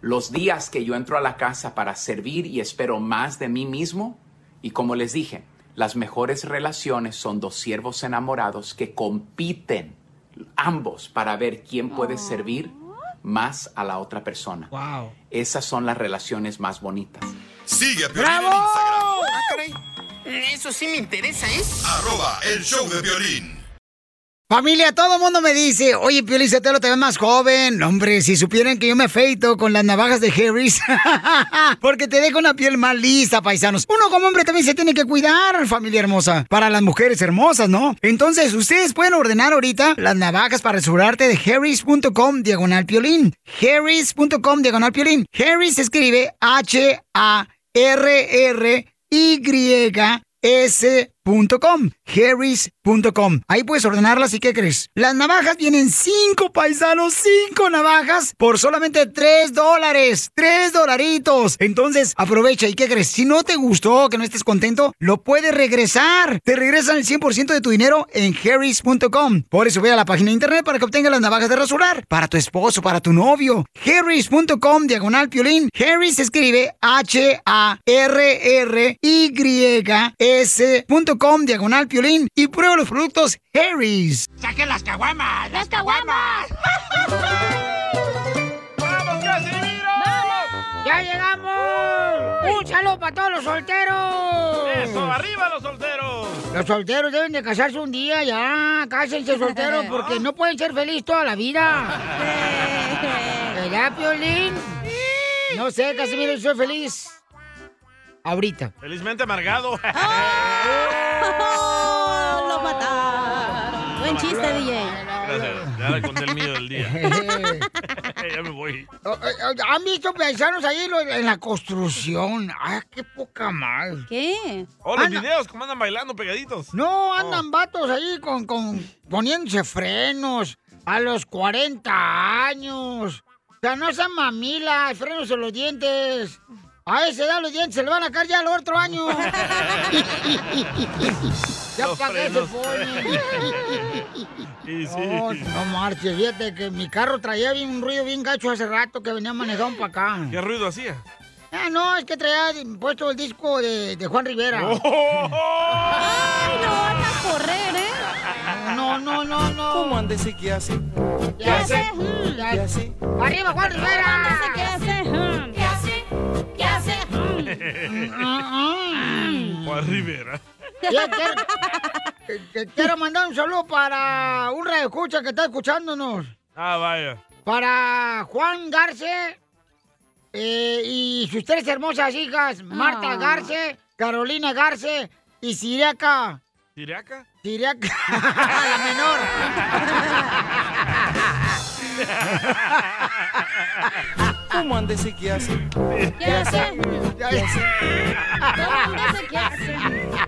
Speaker 4: Los días que yo entro a la casa para servir y espero más de mí mismo, y como les dije, las mejores relaciones son dos siervos enamorados que compiten ambos para ver quién puede servir más a la otra persona. Esas son las relaciones más bonitas.
Speaker 6: Sigue a Piolín en
Speaker 4: ¡Bravo!
Speaker 6: Instagram.
Speaker 10: Ah, caray. Eso sí me interesa, ¿eh?
Speaker 6: Arroba el show de violín.
Speaker 1: Familia, todo el mundo me dice, oye, Pio Lizotelo, te ves más joven. No, Hombre, si supieran que yo me afeito con las navajas de Harris, *laughs* porque te dejo una piel más lista, paisanos. Uno como hombre también se tiene que cuidar, familia hermosa, para las mujeres hermosas, ¿no? Entonces, ustedes pueden ordenar ahorita las navajas para asegurarte de harris.com diagonal piolín. harris.com diagonal piolín. Harris se escribe H-A-R-R-Y s.com, harris.com. Ahí puedes ordenarlas y ¿qué crees? Las navajas vienen cinco paisanos, cinco navajas por solamente tres dólares, tres dolaritos. Entonces aprovecha y ¿qué crees? Si no te gustó, que no estés contento, lo puedes regresar. Te regresan el 100% de tu dinero en harris.com. Por eso ve a la página de internet para que obtengas las navajas de rasurar para tu esposo, para tu novio. harris.com, diagonal piolín. Harris se escribe H-A-R-R-Y-S.com, diagonal piolín. Y prueba los productos Harris.
Speaker 10: ¡Saquen las caguamas! ¡Las caguamas!
Speaker 1: ¡Vamos, Casimiro! ¡Vamos! ¡Ya llegamos! ¡Un saludo para todos los solteros!
Speaker 5: Eso, arriba los solteros.
Speaker 1: Los solteros deben de casarse un día
Speaker 3: *laughs*
Speaker 1: ya. Cásense solteros porque no pueden ser felices toda la vida. ¿Será, Piolín? No sé, Casimiro, yo soy feliz. Ahorita.
Speaker 5: Felizmente
Speaker 3: *laughs*
Speaker 5: amargado. *laughs*
Speaker 3: ¡Oh! lo mataron. Buen chiste, DJ.
Speaker 5: Gracias. Ya le conté el mío del día. *laughs* ya me voy.
Speaker 1: O- o- o- ¿Han visto paisanos ahí lo- en la construcción? ¡Ah, qué poca mal!
Speaker 3: ¿Qué?
Speaker 5: Oh, los videos, Oh. cómo andan bailando pegaditos.
Speaker 1: No, andan vatos ahí con, con poniéndose frenos a los 40 años. O sea, no sean mamilas, frenos en los dientes. A esa edad los dientes se le van a caer ya al otro año. ya
Speaker 11: Los
Speaker 1: para qué se
Speaker 11: frenos.
Speaker 1: ponen.
Speaker 5: *laughs* Y sí.
Speaker 11: Oh,
Speaker 1: No, Oh, no marches, fíjate que mi carro traía bien- un ruido bien gacho hace rato que venía manejando para acá.
Speaker 5: ¿Qué ruido hacía?
Speaker 1: Ah, no, es que traía puesto el disco de, de Juan Rivera.
Speaker 5: Oh.
Speaker 1: ¡Ay,
Speaker 3: no van a correr, eh!
Speaker 1: No, no, no, no.
Speaker 8: ¿Cómo andes y qué hace?
Speaker 1: ¿Qué hace?
Speaker 3: Mm.
Speaker 1: ¿Qué hace? ¡Arriba, Juan Rivera!
Speaker 3: ¿Qué Mm. hace? ¿Qué hace? ¿Qué hace?
Speaker 5: *laughs* Juan Rivera.
Speaker 1: Ya quiero, que- que quiero mandar un saludo para un radioescucha que está escuchándonos.
Speaker 5: Ah, vaya.
Speaker 1: Para Juan Garce eh, y sus tres hermosas hijas, Marta
Speaker 5: Ah.
Speaker 1: Garce, Carolina Garce y Siriaca.
Speaker 5: ¿Tiraca?
Speaker 1: Siriaca, *laughs*
Speaker 11: Ah,
Speaker 1: la
Speaker 8: *laughs*
Speaker 1: menor.
Speaker 5: *laughs*
Speaker 8: ¿Cómo andes y qué hace?
Speaker 11: ¿Qué hace?
Speaker 1: ¿Qué
Speaker 11: *laughs*
Speaker 1: hace?
Speaker 11: ¿Qué hace?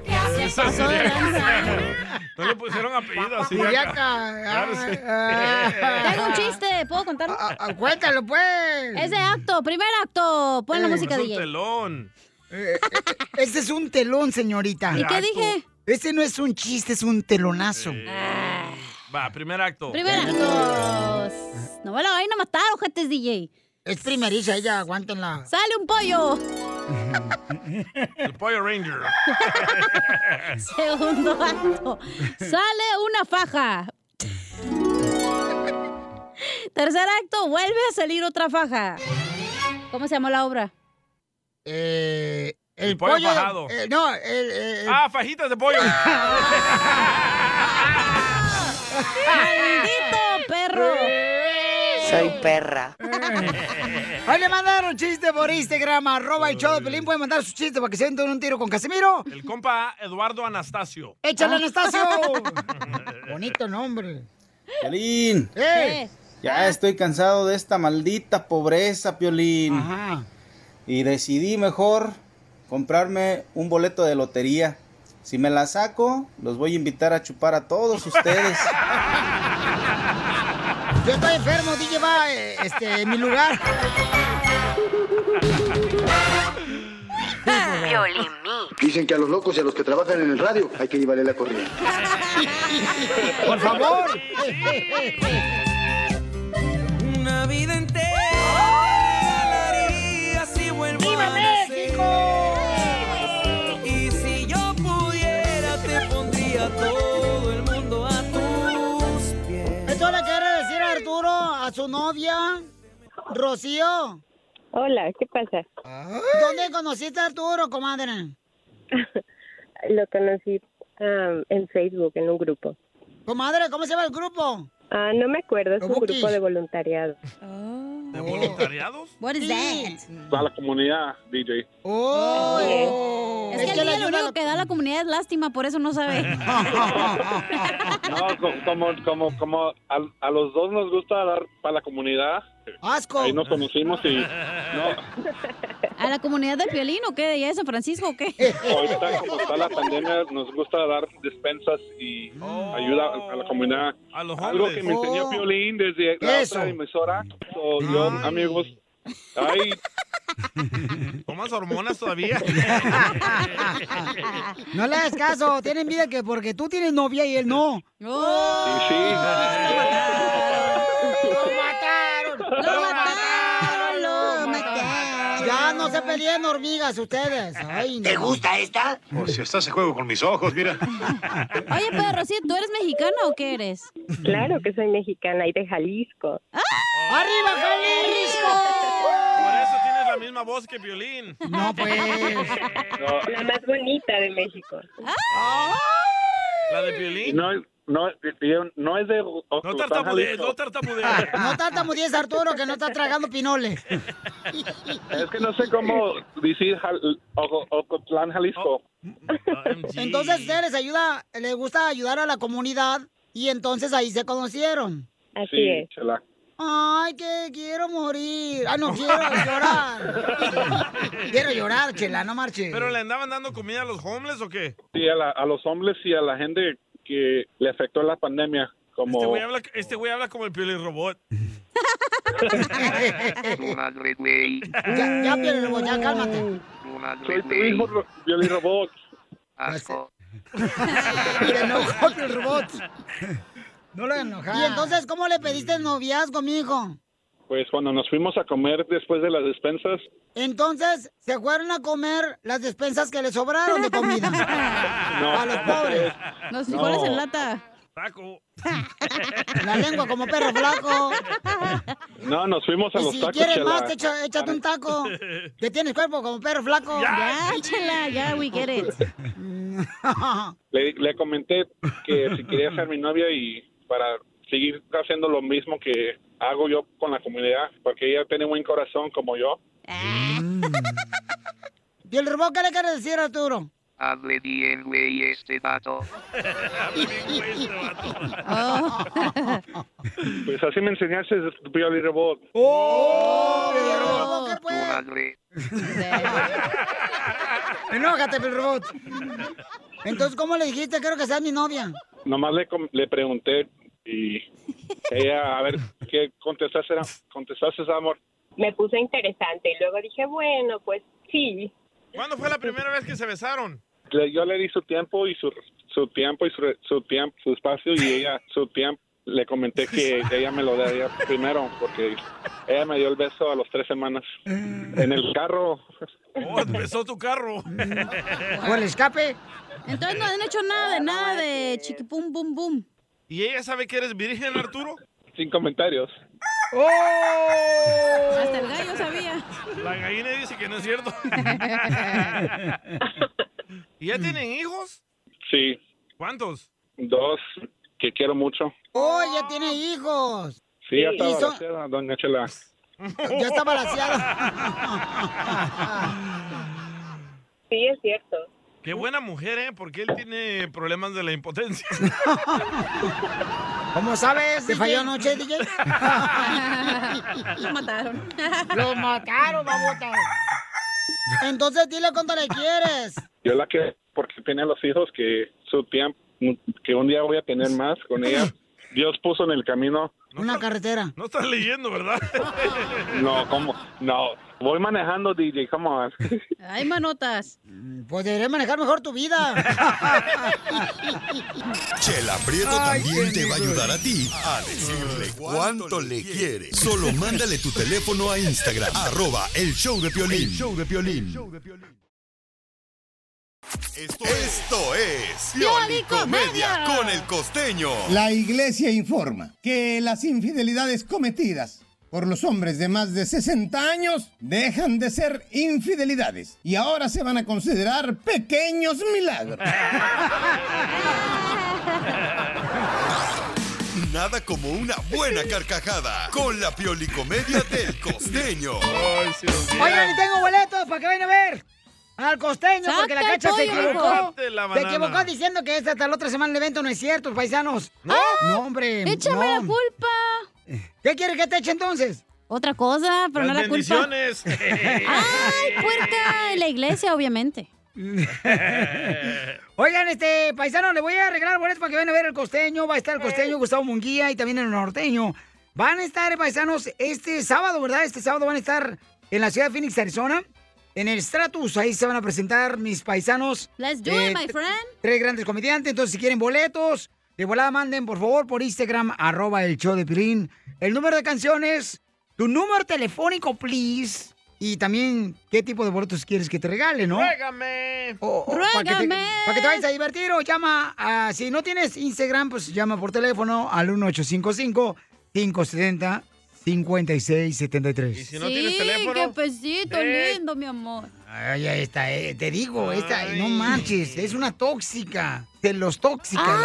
Speaker 11: ¿Qué hace?
Speaker 5: Esa
Speaker 11: Pasó de
Speaker 5: Siriaca.
Speaker 11: lanza.
Speaker 5: No le pusieron apellido a
Speaker 1: Siriaca.
Speaker 5: Siriaca. Garce.
Speaker 1: Ah,
Speaker 3: Tengo un chiste, ¿puedo contarlo?
Speaker 1: cuéntalo, pues.
Speaker 3: Es de acto, primer acto. Pon la música,
Speaker 5: Eh, es un
Speaker 3: DJ.
Speaker 5: telón.
Speaker 1: Eh.
Speaker 20: Este es un telón, señorita.
Speaker 3: ¿Y qué dije?
Speaker 20: Este no es un chiste, es un telonazo.
Speaker 1: Ah.
Speaker 5: Va, primer acto.
Speaker 3: Primer acto. No me la vayan a matar, ojetes DJ.
Speaker 1: Es primeriza ella, aguántenla.
Speaker 3: ¡Sale un pollo! *laughs*
Speaker 5: El Pollo Ranger.
Speaker 3: Segundo acto. Sale una faja. *laughs* Tercer acto, vuelve a salir otra faja. ¿Cómo se llamó la obra?
Speaker 1: Eh, el,
Speaker 5: El pollo fajado.
Speaker 1: eh, no, el, el-
Speaker 5: Ah, fajitas de
Speaker 1: *laughs*
Speaker 5: pollo.
Speaker 3: ¡Maldito perro!
Speaker 1: Soy
Speaker 20: perra. *laughs*
Speaker 14: Eh.
Speaker 20: Ahí le mandaron chiste por Instagram, arroba el show de Pelín. Pueden mandar sus chistes para que se den un tiro con Casimiro.
Speaker 5: El compa Eduardo Anastasio. Ah.
Speaker 3: Ah.
Speaker 1: ¡Échale, Anastasio!
Speaker 5: *laughs*
Speaker 3: *laughs*
Speaker 1: Bonito nombre.
Speaker 12: Piolín.
Speaker 1: ¡Eh!
Speaker 12: Ya estoy cansado de esta maldita pobreza, Piolín. Y decidí mejor comprarme un boleto de lotería. Si me la saco, los voy a invitar a chupar a
Speaker 1: *laughs*
Speaker 12: todos ustedes.
Speaker 1: Yo estoy enfermo, DJ va eh, este, en mi lugar.
Speaker 9: Dicen que a los locos y a los que trabajan en el radio hay que llevarle la corriente.
Speaker 1: *laughs* Por favor.
Speaker 11: Una vida entera regalaría si vuelvo a nacer. Y si yo pudiera te pondría todo el mundo a tus pies.
Speaker 1: ¿Esto le quiere decir a Arturo, a su novia, Rocío?
Speaker 24: Hola, ¿qué pasa?
Speaker 1: ¿Dónde conociste a Arturo, comadre?
Speaker 24: Lo conocí am, en Facebook, en un grupo.
Speaker 1: Comadre, ¿cómo se llama el grupo?
Speaker 24: Ah, no me acuerdo, es
Speaker 1: Los
Speaker 24: un
Speaker 1: Bookies.
Speaker 24: grupo de voluntariado.
Speaker 5: ¿De voluntariados?
Speaker 3: What is that?
Speaker 12: A la comunidad, DJ.
Speaker 1: Oh.
Speaker 3: Es que, el día lo único que da la comunidad es lástima, por eso no
Speaker 1: *laughs*
Speaker 3: sabe.
Speaker 25: No, co- como, como, como a, a los dos nos gusta dar para la comunidad.
Speaker 1: Asco.
Speaker 25: Ahí nos conocimos y no,
Speaker 3: ¿A la comunidad del violín o qué? ¿De allá de San Francisco o qué?
Speaker 25: ahorita como está la pandemia nos gusta dar despensas y ayuda a la comunidad. Algo que me enseñó
Speaker 9: Oh.
Speaker 25: Piolín desde la
Speaker 9: Eso.
Speaker 25: otra emisora. So, yo, amigos, ay,
Speaker 5: ¿Tomas hormonas
Speaker 1: *laughs*
Speaker 5: todavía?
Speaker 20: No le hagas caso, tienen vida que porque tú tienes novia y él no.
Speaker 1: *laughs* *laughs* Ya no se peleen hormigas ustedes. Ay, no.
Speaker 26: ¿Te gusta esta? O si estás en juego con mis ojos, mira. *laughs*
Speaker 3: Oye, pero Rocío, ¿tú eres mexicana o qué eres?
Speaker 24: Claro que soy mexicana y de Jalisco.
Speaker 1: ¡Arriba,
Speaker 5: Por eso tienes la misma voz que Violín.
Speaker 1: No, pues.
Speaker 24: La más bonita de México.
Speaker 5: ¿La de Violín?
Speaker 25: no, No, digo, no es de... No
Speaker 5: tartamudees, no tartamudees.
Speaker 1: No tartamudees, Arturo, que no está tragando pinoles.
Speaker 25: Es que no sé cómo decir Jal- Oco- Ocotlán, Jalisco.
Speaker 1: Entonces ustedes les ayuda, les gusta ayudar a la comunidad y entonces ahí se conocieron.
Speaker 25: sí, chela.
Speaker 1: Ay, que quiero morir. Ah, no, quiero llorar. quiero llorar, chela, no marche.
Speaker 5: ¿Pero le andaban dando comida a los homeless o qué? Este
Speaker 25: Sí, a, la- a los hombres y a la gente que le afectó la pandemia, como...
Speaker 5: Este güey habla, este güey habla como el
Speaker 25: *laughs*
Speaker 5: piolín robot.
Speaker 25: Madre, güey.
Speaker 1: Ya, ya, Piolín Robot, ya, cálmate.
Speaker 25: Soy tu hijo, Ro- Piolín Robot.
Speaker 1: Le enojó el robot. No lo enojar. ¿Y entonces cómo le pediste el noviazgo, mijo?
Speaker 25: Pues cuando nos fuimos a comer después de las despensas,
Speaker 1: Entonces se fueron a comer las despensas que le sobraron de comida.
Speaker 25: No.
Speaker 1: A los pobres.
Speaker 3: *laughs* Los
Speaker 25: No.
Speaker 3: frijoles en lata.
Speaker 1: La lengua como perro flaco.
Speaker 25: no, nos fuimos a
Speaker 1: Y
Speaker 25: los
Speaker 1: si
Speaker 25: tacos,
Speaker 1: quieres
Speaker 25: chela.
Speaker 1: más, te echa- échate un taco. Que tienes cuerpo como perro flaco.
Speaker 3: Ya, échala, ya, we get it.
Speaker 25: le, le comenté que si quería ser mi novia y para seguir haciendo lo mismo que hago yo con la comunidad, porque ella tiene buen corazón como yo.
Speaker 1: *laughs* ¿Y el robot qué le quiere decir, Arturo?
Speaker 10: Hable bien, güey, este vato.
Speaker 25: Pues así me enseñaste Pioli Robot.
Speaker 9: ¡Oh!
Speaker 1: Robot, ¿qué Enójate, el robot. Entonces, ¿cómo le dijiste? Quiero que seas mi novia.
Speaker 25: Nomás le, com- le pregunté y ella, a ver, ¿qué contestaste, contestaste amor?
Speaker 24: Me puso interesante y luego dije, bueno, pues sí.
Speaker 5: ¿Cuándo fue la primera vez que se besaron?
Speaker 25: Le- yo le di su tiempo y su, su tiempo y su, re- su tiempo, su espacio y ella, su tiempo. Le comenté que ella me lo daría primero porque ella me dio el beso a los tres semanas en el carro.
Speaker 5: Oh, besó tu carro.
Speaker 1: ¿O el escape?
Speaker 3: Entonces no han hecho nada de nada de chiquipum, bum, bum.
Speaker 5: ¿Y ella sabe que eres virgen, Arturo?
Speaker 25: Sin comentarios.
Speaker 1: Oh.
Speaker 3: Hasta el gallo sabía.
Speaker 5: La gallina dice que no es
Speaker 1: *laughs*
Speaker 5: cierto. ¿Y ya tienen hijos?
Speaker 25: Sí,
Speaker 5: ¿Cuántos?
Speaker 25: dos que quiero mucho.
Speaker 1: ¡Oh, ya tiene hijos!
Speaker 25: Sí, ya está
Speaker 1: Y son-
Speaker 25: balanceada, doña Chela.
Speaker 1: Ya está balanceado.
Speaker 24: Sí, es cierto.
Speaker 5: Qué buena mujer, ¿eh? Porque él tiene problemas de la impotencia.
Speaker 1: ¿Cómo sabes? ¿Te falló anoche, DJ? *laughs*
Speaker 3: Lo mataron.
Speaker 1: Lo mataron, babota. Entonces, dile cuánto le quieres.
Speaker 25: Yo la que porque tiene los hijos que su tiempo, que un día voy a tener más con
Speaker 1: *laughs*
Speaker 25: ella. Dios puso en el camino.
Speaker 1: Una carretera.
Speaker 5: No estás leyendo,
Speaker 1: *laughs*
Speaker 5: ¿verdad?
Speaker 25: No, ¿cómo? No, voy manejando, DJ, come on.
Speaker 3: Ay, manotas.
Speaker 1: Pues deberías manejar mejor tu *laughs* vida.
Speaker 6: Chela Prieto
Speaker 1: Ay,
Speaker 6: también
Speaker 1: qué
Speaker 6: te va a
Speaker 1: lindo.
Speaker 6: ayudar a ti a decirle cuánto le quiere. Solo mándale tu teléfono a *laughs* Instagram, arroba el show de Piolín. show de Piolín. Esto, esto es Piolicomedia con el costeño.
Speaker 7: La iglesia informa que las infidelidades cometidas por los hombres de más de 60 años dejan de ser infidelidades y ahora se van a considerar pequeños milagros.
Speaker 6: Nada como una buena carcajada con la Piolicomedia del costeño.
Speaker 1: Oigan, y tengo boletos para que vayan a ver al costeño,
Speaker 5: Saca
Speaker 1: porque la
Speaker 5: el
Speaker 1: cacha se
Speaker 5: pollo,
Speaker 1: equivocó.
Speaker 5: hijo. Saca la
Speaker 1: Se
Speaker 5: banana.
Speaker 1: equivocó diciendo que es hasta la otra semana el evento, no es cierto, paisanos.
Speaker 3: ¿No?
Speaker 1: no hombre.
Speaker 3: Échame la
Speaker 1: no.
Speaker 3: culpa.
Speaker 1: ¿Qué quieres que te eche entonces?
Speaker 3: Otra cosa, pero no la culpa.
Speaker 1: *laughs*
Speaker 5: bendiciones.
Speaker 1: Ah,
Speaker 3: Ay, puerca. En la iglesia, obviamente.
Speaker 1: Oigan, este paisano, le voy a arreglar boletos para que vayan a ver el costeño. Va a estar el costeño, Gustavo Munguía y también el norteño. Van a estar, paisanos, este sábado, ¿verdad? Este sábado van a estar en la ciudad de Phoenix, Arizona. En el Stratus, ahí se van a presentar mis paisanos. Eh,
Speaker 3: Let's do it, my friend.
Speaker 1: Tres grandes comediantes. Entonces, si quieren boletos, de volada manden, por favor, por Instagram, arroba el show de Pirín. El número de canciones, tu número telefónico, please. Y también, ¿qué tipo de boletos quieres que te regale, no?
Speaker 5: Ruégame.
Speaker 1: Oh, Para que, te,
Speaker 5: Ruégame.
Speaker 1: pa' que te vayas a divertir o llama, a- si no tienes Instagram, pues llama por teléfono al 1855 570 5673.
Speaker 5: Y si
Speaker 3: sí, qué pesito lindo, mi amor.
Speaker 1: Ay, ahí está, eh, te digo, esta, no manches, es una tóxica. De los tóxicas
Speaker 3: Ah.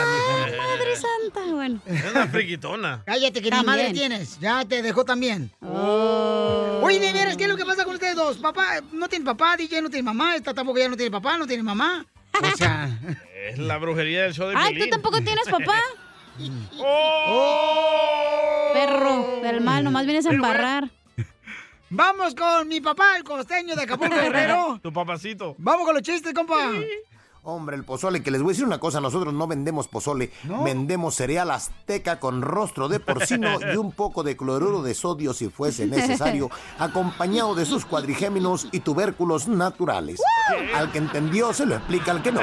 Speaker 1: la vieja.
Speaker 3: Madre santa, bueno.
Speaker 5: Es una Eh, friquitona.
Speaker 1: Cállate que ni
Speaker 5: También.
Speaker 1: madre tienes. Ya te dejó también.
Speaker 3: Oh.
Speaker 1: Oye, de veras, ¿qué es lo que pasa con ustedes dos? Papá, no tiene papá, DJ no tiene mamá, esta tampoco ya no tiene papá, no tiene mamá. O sea.
Speaker 5: Es la brujería del show de
Speaker 3: Ay, ¿tú
Speaker 5: Piolín.
Speaker 3: tampoco tienes
Speaker 1: *laughs*
Speaker 3: papá?
Speaker 5: ¡Oh!
Speaker 3: Perro del mal, nomás vienes a embarrar.
Speaker 1: Vamos con mi papá, el costeño
Speaker 3: *laughs*
Speaker 1: de
Speaker 5: *laughs*
Speaker 1: Acapulco Guerrero.
Speaker 5: Tu papacito.
Speaker 1: Vamos con los chistes, compa.
Speaker 9: Hombre, el pozole, que les voy a decir una cosa, nosotros no vendemos pozole, vendemos cereal azteca con rostro de
Speaker 1: *laughs*
Speaker 9: porcino y un poco de cloruro de sodio si fuese necesario, acompañado de sus cuadrigéminos y tubérculos naturales. Al que entendió se lo explica al que no.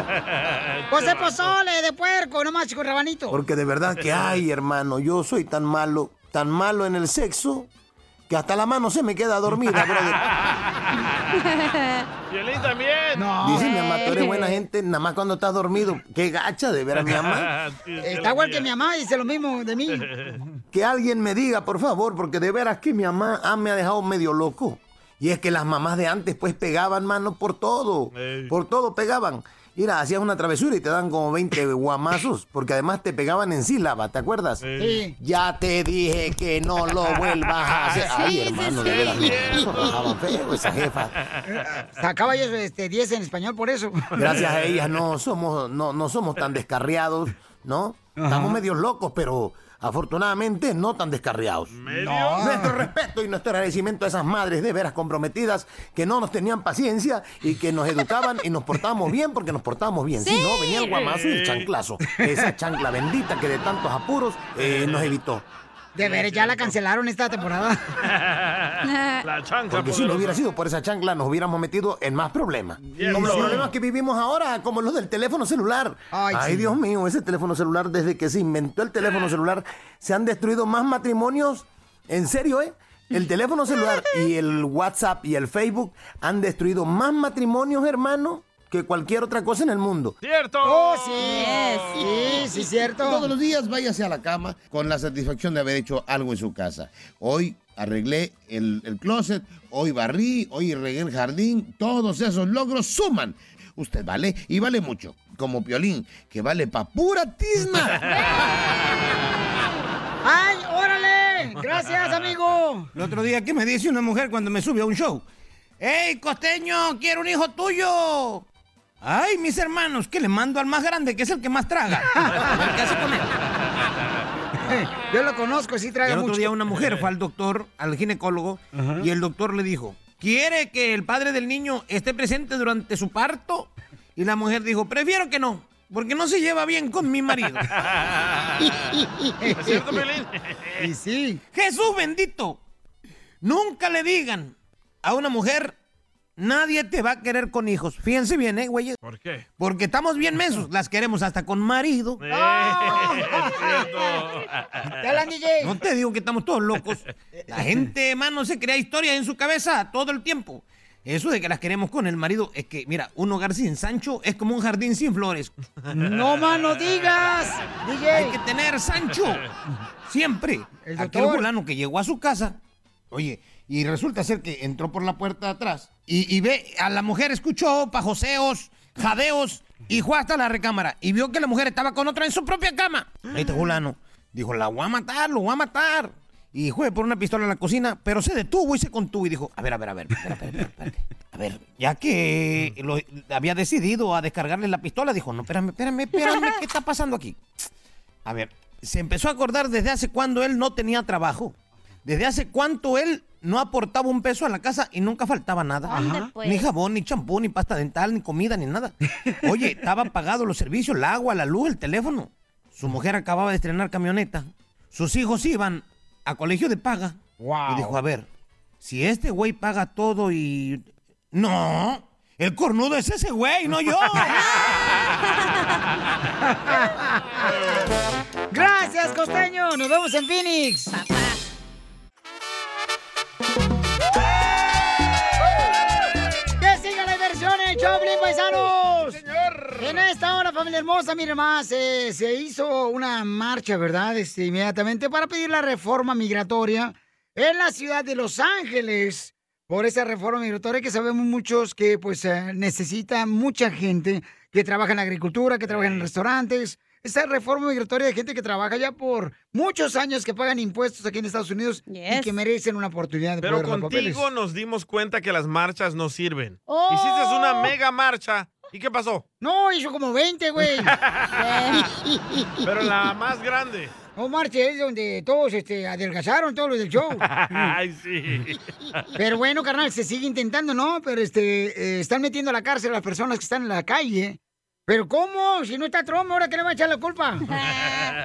Speaker 1: José Pozole de puerco, nomás con rabanito.
Speaker 9: Porque de verdad que, ay, hermano, yo soy tan malo, tan malo en el sexo, que hasta la mano se me queda dormida, brother.
Speaker 5: *laughs*
Speaker 1: *laughs*
Speaker 5: Piolín también.
Speaker 9: Dice mi mamá, tú eres buena
Speaker 1: Eh.
Speaker 9: gente, nada más cuando estás dormido. Qué gacha, de veras, mi
Speaker 1: *laughs*
Speaker 19: *laughs*
Speaker 9: mamá.
Speaker 1: Está igual que mi mamá, dice lo mismo *laughs* de mí.
Speaker 9: Que alguien me diga, por favor, porque de veras que mi mamá ah, me ha dejado medio loco. Y es que las mamás de antes, pues, pegaban, mano, por todo.
Speaker 19: Ey.
Speaker 9: Por todo pegaban. Mira, hacías una travesura y te dan como
Speaker 19: *laughs*
Speaker 9: 20 guamazos, porque además te pegaban en sílaba, ¿te acuerdas?
Speaker 19: Sí.
Speaker 9: Ya te dije Eh, que no lo vuelvas
Speaker 19: *laughs*
Speaker 9: a hacer. Ay,
Speaker 19: Sí, sí,
Speaker 9: hermano,
Speaker 19: sí.
Speaker 9: de veras, me pegaba feo esa jefa.
Speaker 19: *laughs*
Speaker 1: Sacaba yo este, 10 en español por eso.
Speaker 9: gracias a ellas no somos, no, no somos tan descarriados, ¿no? Estamos medios locos, pero afortunadamente no tan descarriados.
Speaker 1: No.
Speaker 9: Nuestro respeto y nuestro agradecimiento a esas madres de veras comprometidas que no nos tenían paciencia y que nos educaban y nos portábamos bien porque nos portábamos bien. Si
Speaker 19: Sí.
Speaker 9: no, venía el guamazo y el chanclazo. Esa chancla bendita que de tantos apuros eh, nos evitó.
Speaker 1: De ver, ya la cancelaron esta temporada. *laughs*
Speaker 5: La chancla
Speaker 9: Porque si no
Speaker 5: poderosa.
Speaker 9: hubiera sido por esa chancla, nos hubiéramos metido en más problemas.
Speaker 5: Bien,
Speaker 9: como los
Speaker 5: sí.
Speaker 9: problemas que vivimos ahora, como los del teléfono celular. Ay,
Speaker 19: sí.
Speaker 9: Dios mío, ese teléfono celular, desde que se inventó el teléfono celular, se han destruido más matrimonios. En serio, ¿eh? El teléfono celular y el WhatsApp y el Facebook han destruido más matrimonios, hermano, que cualquier otra cosa en el mundo.
Speaker 5: *laughs* ¡Cierto!
Speaker 1: ¡Oh, sí! Sí, sí, cierto.
Speaker 11: Todos los días váyase a la cama con la satisfacción de haber hecho algo en su casa. Hoy arreglé el, el closet, hoy barrí, hoy regué el jardín. Todos esos logros suman. Usted vale y vale mucho. Como Piolín, que vale pa' pura tizna.
Speaker 1: ¡Ay, órale! Gracias, amigo.
Speaker 15: El otro día, ¿qué me dice una mujer cuando me sube a un show? ¡Ey, costeño, quiero un hijo tuyo! ¡Ay, mis hermanos, que le mando al más grande, que es el que más
Speaker 9: *laughs*
Speaker 15: traga! Me caso con él.
Speaker 1: Eh, Yo lo conozco, sí
Speaker 15: Y
Speaker 1: traga
Speaker 15: el otro
Speaker 1: mucho.
Speaker 15: día una mujer fue al doctor, al ginecólogo, y el doctor le dijo, ¿quiere que el padre del niño esté presente durante su parto? Y la mujer dijo, prefiero que no, porque no se lleva bien con mi marido.
Speaker 19: ¿Es cierto, Piolín?
Speaker 1: Y sí.
Speaker 15: Jesús bendito, nunca le digan a una mujer, nadie te va a querer con hijos. Fíjense bien, ¿eh, güeyes?
Speaker 5: ¿Por
Speaker 1: *laughs*
Speaker 5: qué?
Speaker 15: Porque estamos bien mensos, las queremos hasta con marido.
Speaker 5: Eh.
Speaker 1: Hablan, DJ.
Speaker 15: No te digo que estamos todos locos. La gente, mano, se crea historias en su cabeza todo el tiempo. Eso de que las queremos con el marido es que, mira, un hogar sin Sancho es como un jardín sin flores.
Speaker 1: ¡No más no digas! DJ.
Speaker 15: Hay que tener Sancho. Siempre. Aquel
Speaker 11: doctor.
Speaker 15: fulano que llegó a su casa, oye, y resulta ser que entró por la puerta de atrás y, y ve a la mujer, escuchó pajoseos, jadeos y fue hasta la recámara y vio que la mujer estaba con otro en su propia cama. Este fulano dijo, la voy a matar, lo voy a matar. Y fue por una pistola a la cocina, pero se detuvo y se contuvo y dijo, a ver, a ver, a ver, espera, espera, espera, espérate. A ver, ya que lo- había decidido a descargarle la pistola, dijo, no, espérame, espérame, espérame, ¿qué está pasando aquí? A ver, se empezó a acordar desde hace cuando él no tenía trabajo. Desde hace cuánto él no aportaba un peso a la casa y nunca faltaba nada.
Speaker 19: Ande, pues.
Speaker 15: Ni jabón, ni champú, ni pasta dental, ni comida, ni nada. Oye, estaban pagados los servicios, el agua, la luz, el teléfono. Su mujer acababa de estrenar camioneta. Sus hijos iban a colegio de paga. Y dijo, a ver, si este güey paga todo y... No, el cornudo es ese güey, no yo.
Speaker 1: Gracias, costeño. Nos vemos en Phoenix. ¡Que siga la diversión en el show, Blin, paisanos! En esta hora, familia hermosa, mire más, eh, se hizo una marcha, ¿verdad? Este, inmediatamente para pedir la reforma migratoria en la ciudad de Los Ángeles por esa reforma migratoria que sabemos muchos que pues eh, necesita mucha gente que trabaja en la agricultura, que trabaja en restaurantes. Esa reforma migratoria de gente que trabaja ya por muchos años, que pagan impuestos aquí en Estados Unidos y que merecen una oportunidad de
Speaker 5: Pero
Speaker 1: poder
Speaker 5: contigo
Speaker 1: papeles.
Speaker 5: nos dimos cuenta que las marchas no sirven.
Speaker 1: ¡Oh!
Speaker 5: Hiciste una mega marcha. ¿Y qué pasó?
Speaker 1: No, hizo como 20,
Speaker 5: *laughs*
Speaker 1: güey.
Speaker 5: Pero la
Speaker 1: *clears throat*
Speaker 5: más grande.
Speaker 1: No marche, es donde todos este, adelgazaron, todos los del show.
Speaker 5: *laughs* Ay, sí.
Speaker 1: Pero bueno, carnal, se sigue intentando, ¿no? Pero este, eh, están metiendo a la cárcel a las personas que están en la calle. ¿Pero cómo? Si no está Trump, ¿ahora qué le va a echar
Speaker 5: *laughs*
Speaker 1: la culpa?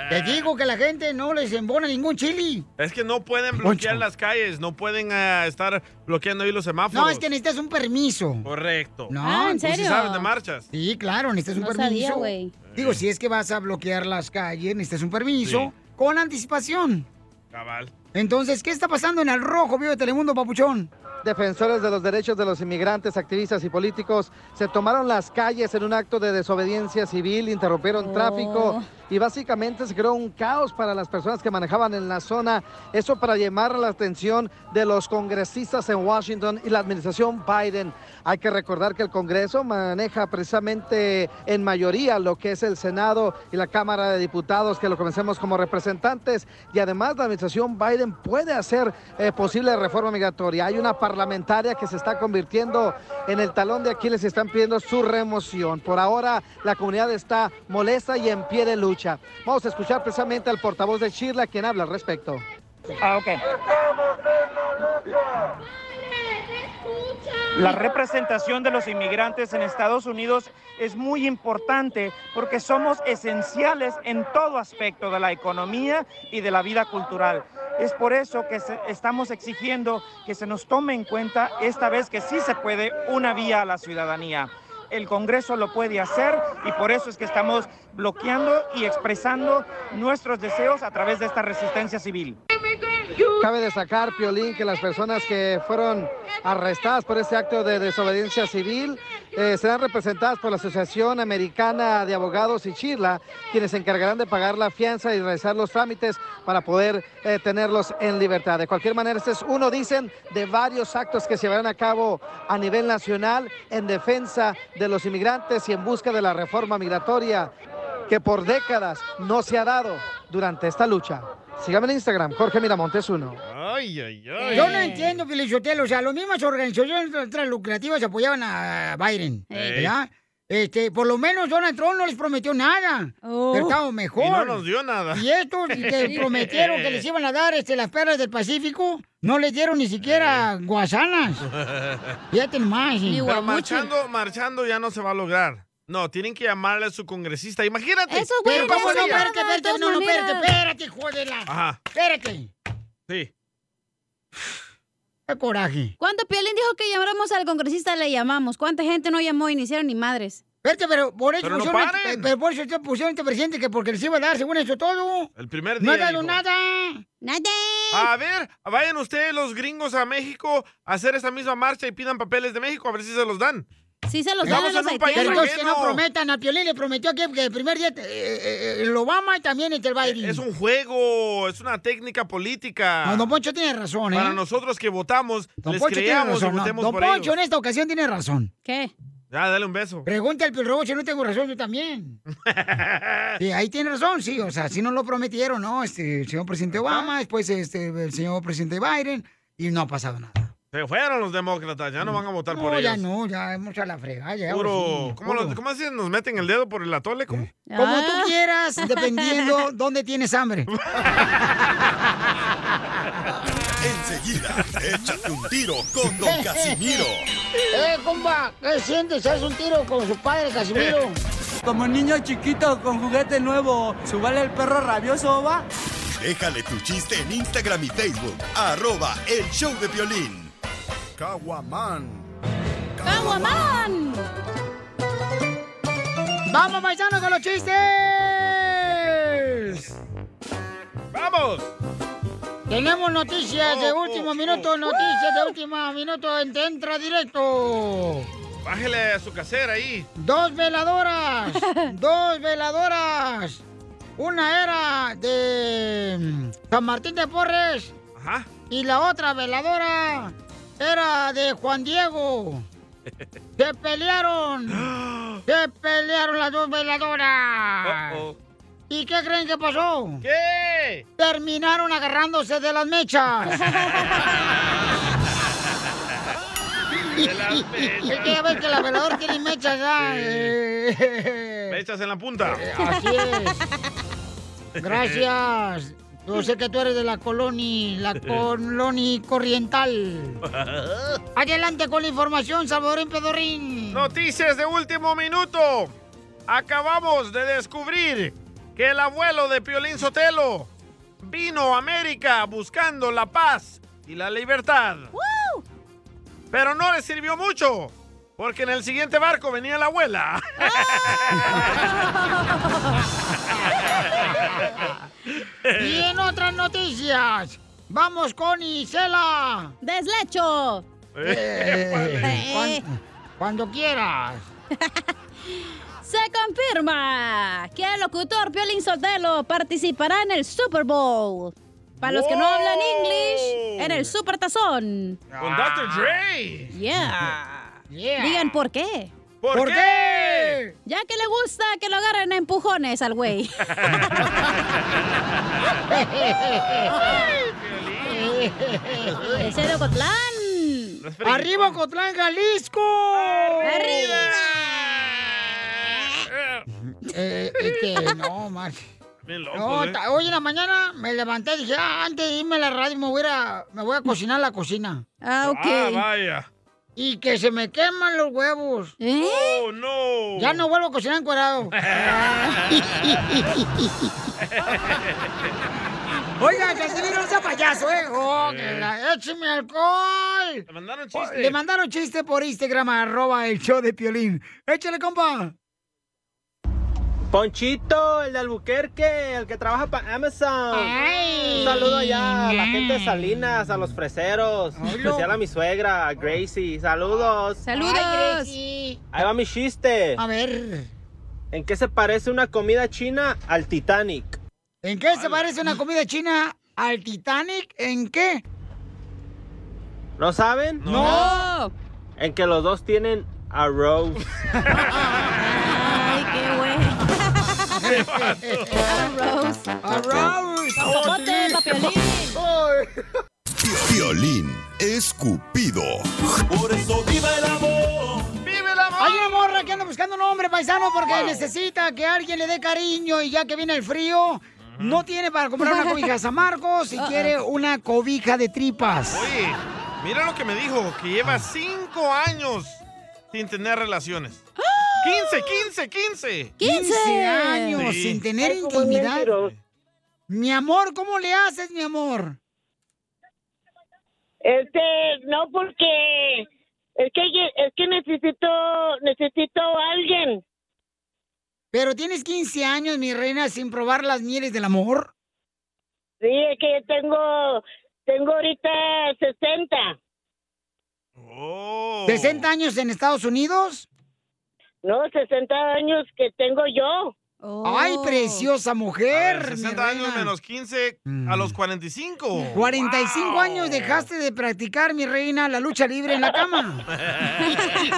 Speaker 1: Te digo que la gente no les embona ningún chili.
Speaker 5: Es que no pueden bloquear las calles, no pueden eh, estar bloqueando ahí los semáforos.
Speaker 1: No, es que necesitas un permiso.
Speaker 5: Correcto.
Speaker 1: No, pues
Speaker 5: Tú sí sabes de marchas.
Speaker 1: Sí, claro, necesitas un
Speaker 5: No
Speaker 1: permiso.
Speaker 5: sabía, güey.
Speaker 1: Digo, si es que vas a bloquear las calles, necesitas un permiso con anticipación.
Speaker 5: Cabal.
Speaker 1: Entonces, ¿qué está pasando en el rojo, vivo de Telemundo, papuchón?
Speaker 7: Defensores de los derechos de los inmigrantes, activistas y políticos se tomaron las calles en un acto de desobediencia civil, interrumpieron
Speaker 1: Oh.
Speaker 7: tráfico y básicamente se creó un caos para las personas que manejaban en la zona. Eso para llamar la atención de los congresistas en Washington y la administración Biden. Hay que recordar que el Congreso maneja precisamente en mayoría lo que es el Senado y la Cámara de Diputados, que lo comencemos como representantes. Y además la administración Biden puede hacer eh, posible reforma migratoria. Hay una parlamentaria que se está convirtiendo en el talón de Aquiles y están pidiendo su remoción. Por ahora la comunidad está molesta y en pie de lucha. Vamos a escuchar precisamente al portavoz de Shirla quien habla al respecto.
Speaker 16: Ah, ok. La representación de los inmigrantes en Estados Unidos es muy importante porque somos esenciales en todo aspecto de la economía y de la vida cultural. Es por eso que se- estamos exigiendo que se nos tome en cuenta esta vez que sí se puede una vía a la ciudadanía. El Congreso lo puede hacer y por eso es que estamos bloqueando y expresando nuestros deseos a través de esta resistencia civil.
Speaker 7: Cabe destacar, Piolín, que las personas que fueron arrestadas por este acto de desobediencia civil eh, serán representadas por la Asociación Americana de Abogados y Chirla, quienes se encargarán de pagar la fianza y realizar los trámites para poder eh, tenerlos en libertad. De cualquier manera, este es uno, dicen, de varios actos que se llevarán a cabo a nivel nacional en defensa de los inmigrantes y en busca de la reforma migratoria que por décadas no se ha dado durante esta lucha. Sígame en Instagram, Jorge Miramontes 1.
Speaker 5: Ay, ay, ay.
Speaker 1: Yo
Speaker 5: *laughs*
Speaker 1: no entiendo, Pilichotelo. O sea, las mismas organizaciones lucrativas apoyaban a Biden.
Speaker 5: Ey.
Speaker 1: ¿verdad? Este, por lo menos Donald Trump no les prometió nada.
Speaker 5: Oh.
Speaker 1: Pero estaba mejor.
Speaker 5: Y no nos dio nada.
Speaker 1: Y
Speaker 5: *laughs*
Speaker 1: estos que prometieron que les iban a dar este, las perlas del Pacífico, no les dieron ni siquiera guasanas. eh. Fíjate más.
Speaker 5: Pero marchando, marchando ya no se va a lograr. No, tienen que llamarle a su congresista. Imagínate.
Speaker 1: Eso, güey, Pero cómo no, espérate, espérate, no, no, espérate, espérate,
Speaker 5: Ajá.
Speaker 1: jodela. Espérate.
Speaker 5: Sí.
Speaker 1: Qué coraje.
Speaker 3: Cuando Piolín dijo que llamáramos al congresista, le llamamos. ¿Cuánta gente no llamó y ni hicieron ni madres?
Speaker 1: Espérate, pero por eso
Speaker 5: Pero no
Speaker 1: pusieron, este-
Speaker 5: paren.
Speaker 1: pero por eso este- pusieron este presidente que porque les iba a dar, según eso, todo.
Speaker 5: El primer
Speaker 1: No
Speaker 5: día.
Speaker 1: ha dado
Speaker 5: dijo.
Speaker 1: nada. Nada.
Speaker 5: A ver, vayan ustedes los gringos a México a hacer esa misma marcha y pidan papeles de México a ver si se los dan.
Speaker 3: Sí se
Speaker 5: los dan Estamos a los en un país haitianos.
Speaker 1: Entonces que no
Speaker 5: ajeno.
Speaker 1: prometan, a Piolín le prometió que, que el primer día eh, eh, el Obama y también este el Biden.
Speaker 5: Es un juego, es una técnica política.
Speaker 1: No, don Poncho tiene razón, ¿eh?
Speaker 5: Para nosotros que votamos,
Speaker 1: Don
Speaker 5: les
Speaker 1: Poncho tiene
Speaker 5: creamos
Speaker 1: razón.
Speaker 5: y
Speaker 1: no.
Speaker 5: votemos
Speaker 1: Don
Speaker 5: por
Speaker 1: Poncho
Speaker 5: ellos.
Speaker 1: en esta ocasión tiene razón.
Speaker 3: ¿Qué?
Speaker 5: Ya, dale un beso.
Speaker 1: Pregunta al Pilrobo si no tengo razón,
Speaker 5: *laughs*
Speaker 1: yo también. Sí, ahí tiene razón, sí. O sea, si no lo prometieron, ¿no? Este, el señor presidente Obama, después este, el señor presidente Biden, y no ha pasado nada.
Speaker 5: Se fueron los demócratas, ya no van a votar
Speaker 1: No,
Speaker 5: por ellos.
Speaker 1: ya no, ya hemos a la fregada. Ya, ahora
Speaker 5: Puro.
Speaker 1: sí,
Speaker 5: ¿Cómo, los-
Speaker 1: puro.
Speaker 5: ¿Cómo así nos meten el dedo por el atole? ¿Cómo?
Speaker 1: Como tú
Speaker 5: Ah.
Speaker 1: quieras,
Speaker 5: *laughs*
Speaker 1: dependiendo dónde tienes hambre.
Speaker 6: Enseguida, échate un tiro con
Speaker 1: *laughs*
Speaker 6: Don Casimiro.
Speaker 1: ¡Eh, compa! ¿Qué sientes? ¿Haz un tiro con su padre, Casimiro?
Speaker 8: Eh, Como niño chiquito con juguete nuevo, subale el perro rabioso, va.
Speaker 6: Déjale tu chiste en Instagram y Facebook. Arroba el show de violín.
Speaker 1: ¡Caguamán! ¡Vamos, paisanos, con los chistes!
Speaker 5: ¡Vamos! Oh,
Speaker 1: Tenemos noticias de último minuto, noticias de último minuto, en- entra directo.
Speaker 5: Bájele a su casera ahí. *laughs*
Speaker 1: Dos veladoras, dos veladoras. Una era de mm, San Martín de Porres
Speaker 5: Ajá.
Speaker 1: Y la otra veladora era de Juan
Speaker 5: *laughs*
Speaker 1: Diego. Se
Speaker 5: *gasps*
Speaker 1: pelearon. Se pelearon las dos
Speaker 5: Oh,
Speaker 1: veladoras. ¿Y qué creen que pasó? ¿Qué? Terminaron agarrándose de
Speaker 5: *laughs*
Speaker 1: las mechas. Es que ya ves que la *laughs* veladora tiene mechas ya. eh.
Speaker 5: Me echas en la punta.
Speaker 1: Así es. Gracias. Yo sé que tú eres de la colonia, la colonia corriental. Adelante con la información, Salvadorín Pedorrín.
Speaker 5: Noticias de último minuto. Acabamos de descubrir que el abuelo de Piolín Sotelo vino a América buscando la paz y la libertad. Pero no le sirvió mucho, porque en el siguiente barco venía la abuela.
Speaker 1: Y en otras noticias, vamos con Isela.
Speaker 3: ¡Deslecho!
Speaker 1: Eh, cuan-
Speaker 3: Eh.
Speaker 1: cuando, quieras.
Speaker 3: *laughs* Se confirma que el locutor Piolín Sotelo participará en el Super Bowl. Para los que no hablan English, en el Super Tazón.
Speaker 5: Con Dr. Dre.
Speaker 3: Yeah.
Speaker 5: Yeah.
Speaker 3: Digan por qué.
Speaker 5: ¿Por ¿Por qué? qué?
Speaker 3: Ya que le gusta que lo agarren a empujones al güey. *laughs* Ese de
Speaker 1: *laughs*
Speaker 3: Ocotlán.
Speaker 1: ¡Arriba, Cotlán, Jalisco!
Speaker 5: ¡Arriba!
Speaker 1: Eh, este, no, Mar.
Speaker 5: Bien loco,
Speaker 1: No,
Speaker 5: ¿eh?
Speaker 1: ta- hoy en la mañana me levanté y dije, ah, antes de irme a la radio me voy a, ir a- me voy a cocinar a la cocina.
Speaker 3: Ah,
Speaker 5: ok. Ah, vaya.
Speaker 1: Y que se me queman los huevos.
Speaker 5: ¡Oh, no!
Speaker 1: Ya no vuelvo a cocinar
Speaker 5: *laughs*
Speaker 1: encuadrado. Oiga, Casimiro, no sea payaso, ¿eh? Oh, que la- ¡Écheme alcohol! Le
Speaker 5: mandaron
Speaker 1: chiste. Le mandaron chiste por Instagram, arroba el show de Piolín. ¡Échale, compa!
Speaker 14: Ponchito, el de Albuquerque, el que trabaja para Amazon.
Speaker 1: Ay.
Speaker 14: Un saludo allá a la gente de Salinas, a los freseros, en especial a mi suegra, a Gracie. Saludos.
Speaker 3: Saludos.
Speaker 14: Ahí va mi chiste.
Speaker 1: A ver.
Speaker 14: ¿En qué se parece una comida china al Titanic?
Speaker 1: ¿En qué se parece una comida china al Titanic? ¿En qué?
Speaker 14: ¿No saben?
Speaker 1: No.
Speaker 14: En que los dos tienen arroz.
Speaker 3: Ay, qué
Speaker 1: *laughs*
Speaker 3: güey. Arroz.
Speaker 1: Arroz.
Speaker 3: Zapote, papiolín.
Speaker 6: Violín escupido. Por eso viva el amor.
Speaker 1: ¡Vive la Hay una morra que anda buscando un hombre paisano porque necesita que alguien le dé cariño y ya que viene el frío, no tiene para comprar una
Speaker 6: *laughs*
Speaker 1: cobija a San Marcos y
Speaker 5: Uh-uh.
Speaker 1: quiere una cobija de tripas. Ah.
Speaker 5: Oye, mira lo que me dijo, que lleva cinco años sin tener relaciones.
Speaker 1: ¡Ah!
Speaker 5: 15, 15, 15.
Speaker 1: 15 años
Speaker 5: Sí.
Speaker 1: sin tener intimidad. Mi amor, ¿cómo le haces, mi amor?
Speaker 19: Este, no porque es que ye- es que necesito necesito a alguien.
Speaker 1: Pero tienes 15 años, mi reina, sin probar las mieles del amor.
Speaker 19: Sí, es que tengo tengo ahorita 60.
Speaker 5: Oh.
Speaker 1: 60 años en Estados Unidos.
Speaker 19: No, 60 años que tengo yo. Oh.
Speaker 1: Ay, preciosa mujer. mi
Speaker 5: 60 años
Speaker 1: reina.
Speaker 5: menos 15 a
Speaker 1: Mm.
Speaker 5: los 45.
Speaker 1: 45 años dejaste de practicar, mi reina, la lucha libre en la
Speaker 19: *laughs*
Speaker 1: cama.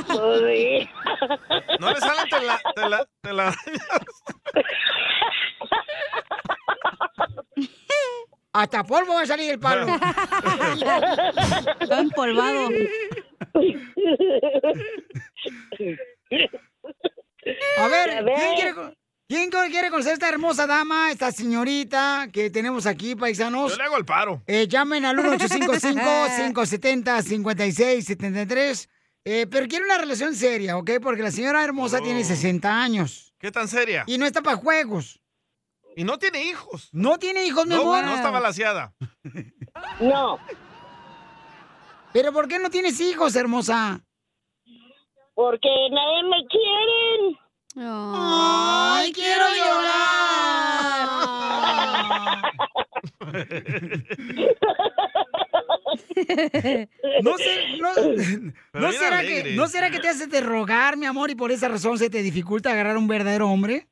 Speaker 19: Pues
Speaker 1: *laughs*
Speaker 5: No le salen tela- tela- telarañas.
Speaker 1: Hasta polvo va a salir el palo. *laughs*
Speaker 3: Está empolvado.
Speaker 1: A ver, ¿quién quiere, con- quién co- quiere conocer a esta hermosa dama, esta señorita que tenemos aquí, paisanos?
Speaker 5: Yo le hago el paro.
Speaker 1: Eh, llamen al *laughs* 1855-570-5673. Eh, pero quiere una relación seria, ¿ok? Porque la señora hermosa
Speaker 5: Oh.
Speaker 1: tiene 60 años.
Speaker 5: ¿Qué tan seria?
Speaker 1: Y no está para juegos.
Speaker 5: Y no tiene hijos.
Speaker 1: No tiene hijos, mi
Speaker 5: No,
Speaker 1: amor.
Speaker 5: no está balaseada.
Speaker 19: No.
Speaker 1: ¿Pero por qué no tienes hijos, hermosa?
Speaker 19: Porque nadie me quiere.
Speaker 1: ¡Ay, quiero llorar! No sé,
Speaker 19: *laughs*
Speaker 1: no,
Speaker 5: Pero
Speaker 1: ¿no
Speaker 5: bien
Speaker 1: será
Speaker 5: alegre.
Speaker 1: que, ¿No será que te hace de rogar, mi amor, y por esa razón se te dificulta agarrar un verdadero hombre?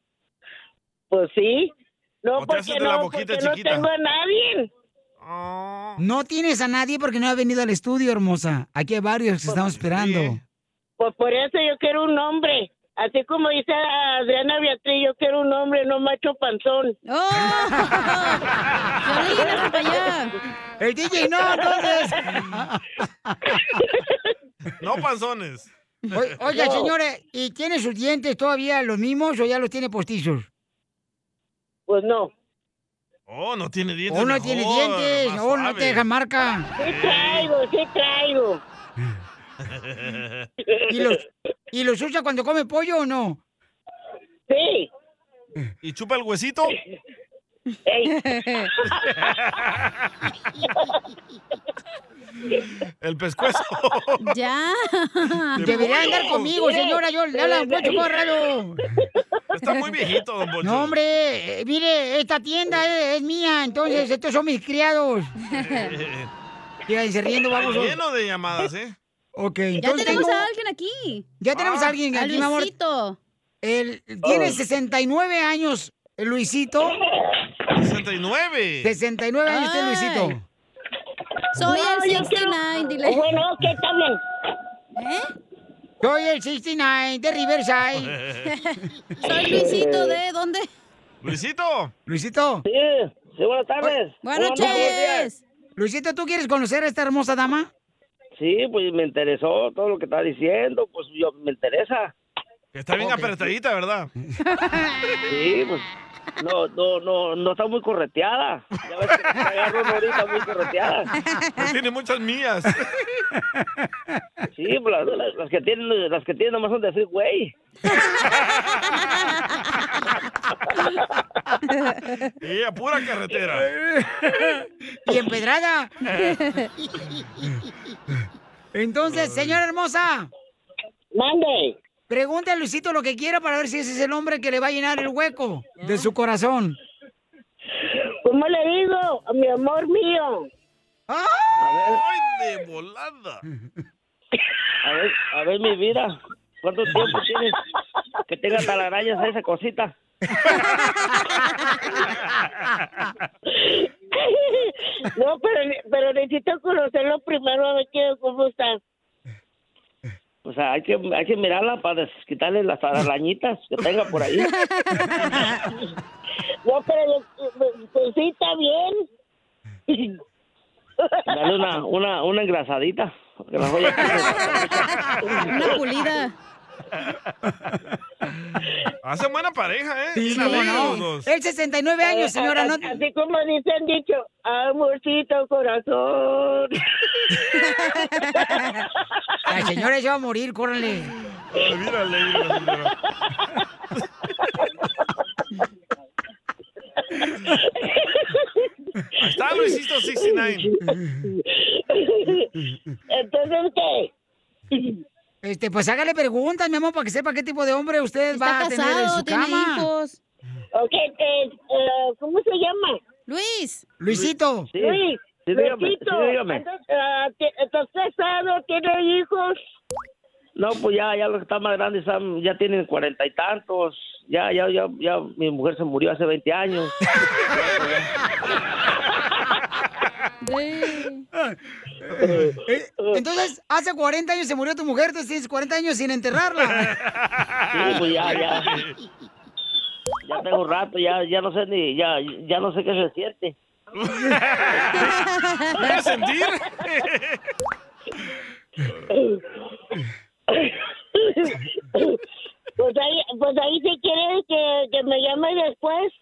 Speaker 19: Pues sí. No,
Speaker 5: O te haces de la boquita
Speaker 19: porque
Speaker 5: chiquita. Ah.
Speaker 19: no tengo a nadie.
Speaker 1: No tienes a nadie porque no ha venido al estudio, hermosa. Aquí hay varios que estamos esperando.
Speaker 19: Pues por eso yo quiero un hombre. Así como dice Adriana Beatriz, yo quiero un hombre, no macho
Speaker 1: *laughs*
Speaker 19: panzón.
Speaker 1: ¡Oh! El DJ no, entonces.
Speaker 5: *laughs* No panzones.
Speaker 1: O- oiga,
Speaker 5: No.
Speaker 1: señores, ¿y tiene sus dientes todavía los mismos o ya los tiene postizos?
Speaker 19: Pues no.
Speaker 5: Oh, no tiene dientes.
Speaker 1: O no tiene
Speaker 5: mejor,
Speaker 1: dientes,
Speaker 5: más
Speaker 1: o no
Speaker 5: suave.
Speaker 1: te deja marca.
Speaker 19: Sí traigo, sí traigo.
Speaker 1: ¿Y los, ¿Y los usa cuando come pollo o no?
Speaker 19: Sí.
Speaker 5: ¿Y chupa el huesito? *laughs* El pescuezo.
Speaker 3: Ya.
Speaker 1: Debería andar conmigo, señora. Yo le hablo a Poncho Corrado.
Speaker 5: Está muy viejito, don Poncho.
Speaker 1: No, hombre, eh, mire, esta tienda eh, es, es mía, entonces estos son mis criados. Fíjense riendo, vamos.
Speaker 5: Está Lleno de llamadas, ¿eh?
Speaker 1: *laughs* Ok,
Speaker 3: Ya
Speaker 1: entonces
Speaker 3: tenemos
Speaker 1: tengo-
Speaker 3: a alguien aquí.
Speaker 1: Ya tenemos a alguien
Speaker 3: A
Speaker 1: aquí, mi amor.
Speaker 3: Luisito.
Speaker 1: El, tiene
Speaker 3: Oh.
Speaker 1: 69 años, eh, Luisito.
Speaker 5: 69.
Speaker 1: 69 años tiene
Speaker 5: Ah.
Speaker 1: Luisito.
Speaker 3: Soy
Speaker 19: No,
Speaker 3: el
Speaker 19: yo quiero-
Speaker 3: 69, dile. ¿Eh?
Speaker 19: Bueno, ¿qué también?
Speaker 1: Soy el 69 de Riverside.
Speaker 3: *laughs* Soy Luisito de dónde?
Speaker 5: Luisito.
Speaker 1: Luisito.
Speaker 2: Sí, sí, buenas tardes.
Speaker 1: Buenas
Speaker 2: Buenos
Speaker 1: noches. Luisito, ¿tú quieres conocer a esta hermosa dama?
Speaker 2: Sí, pues me interesó todo lo que está diciendo, pues yo me interesa.
Speaker 5: Está bien apretadita, ¿verdad?
Speaker 2: Sí, pues no, no, no, no está muy correteada. Ya ves que te agarro una ahorita muy correteada.
Speaker 5: *laughs* tiene muchas mías.
Speaker 2: *laughs* Sí, pues las, las- las que tienen, las que tienen nomás son de freeway.
Speaker 5: Ella pura carretera.
Speaker 1: *laughs* y empedrada. Entonces, señora hermosa.
Speaker 19: Mande.
Speaker 1: Pregunte a Luisito lo que quiera para ver si ese es el hombre que le va a llenar el hueco de su corazón.
Speaker 19: ¿Cómo le digo? A mi amor mío.
Speaker 5: Ah. ¡Ay, de volada!
Speaker 2: A ver, a ver mi vida. ¿Cuánto tiempo tienes que tenga talarañas a esa
Speaker 5: *laughs*
Speaker 2: cosita? *laughs*
Speaker 19: No, pero, pero necesito conocerlo primero a ver qué, cómo está.
Speaker 2: O sea, hay que, hay que mirarla para quitarle las arañitas que tenga por ahí.
Speaker 19: No, pero eh, pues sí, está bien.
Speaker 2: Dale una, una, una engrasadita. que la joya-
Speaker 3: Una
Speaker 5: Eh,
Speaker 3: pulida.
Speaker 5: Hacen buena pareja, ¿eh?
Speaker 19: Sí,
Speaker 5: Bien amigos
Speaker 19: no.
Speaker 5: los dos.
Speaker 1: El 69
Speaker 5: años, señora, no-
Speaker 19: Eh, Así como dicen dicho, amorcito corazón.
Speaker 1: La señora ya va a morir, córrele.
Speaker 5: Mírale, mírale. Ahí está Luisito 69.
Speaker 19: Entonces, ¿qué?
Speaker 1: Este, pues hágale preguntas, mi amor, para que sepa qué tipo de hombre usted va a tener en su cama.
Speaker 19: Ok, eh, eh, ¿cómo se llama?
Speaker 3: Luis.
Speaker 1: Luisito.
Speaker 2: Sí,
Speaker 19: Luis.
Speaker 2: sí, dígame,
Speaker 19: Luisito.
Speaker 2: sí, dígame.
Speaker 19: Entonces, ah, ti- ¿Está casado? ¿Tiene hijos?
Speaker 2: No, pues ya, ya los que están más grandes están- ya tienen cuarenta y tantos. Ya, ya, ya, ya, mi mujer se murió hace 20 años.
Speaker 1: Eh, Entonces, hace 40 años se murió tu mujer, entonces tienes 40 años sin enterrarla.
Speaker 2: Sí, pues ya, ya. Ya tengo rato, ya, ya no sé ni, ya, ya no sé qué se siente.
Speaker 5: ¿Voy a sentir?
Speaker 19: Pues ahí, pues ahí si quieres que, que me llame después.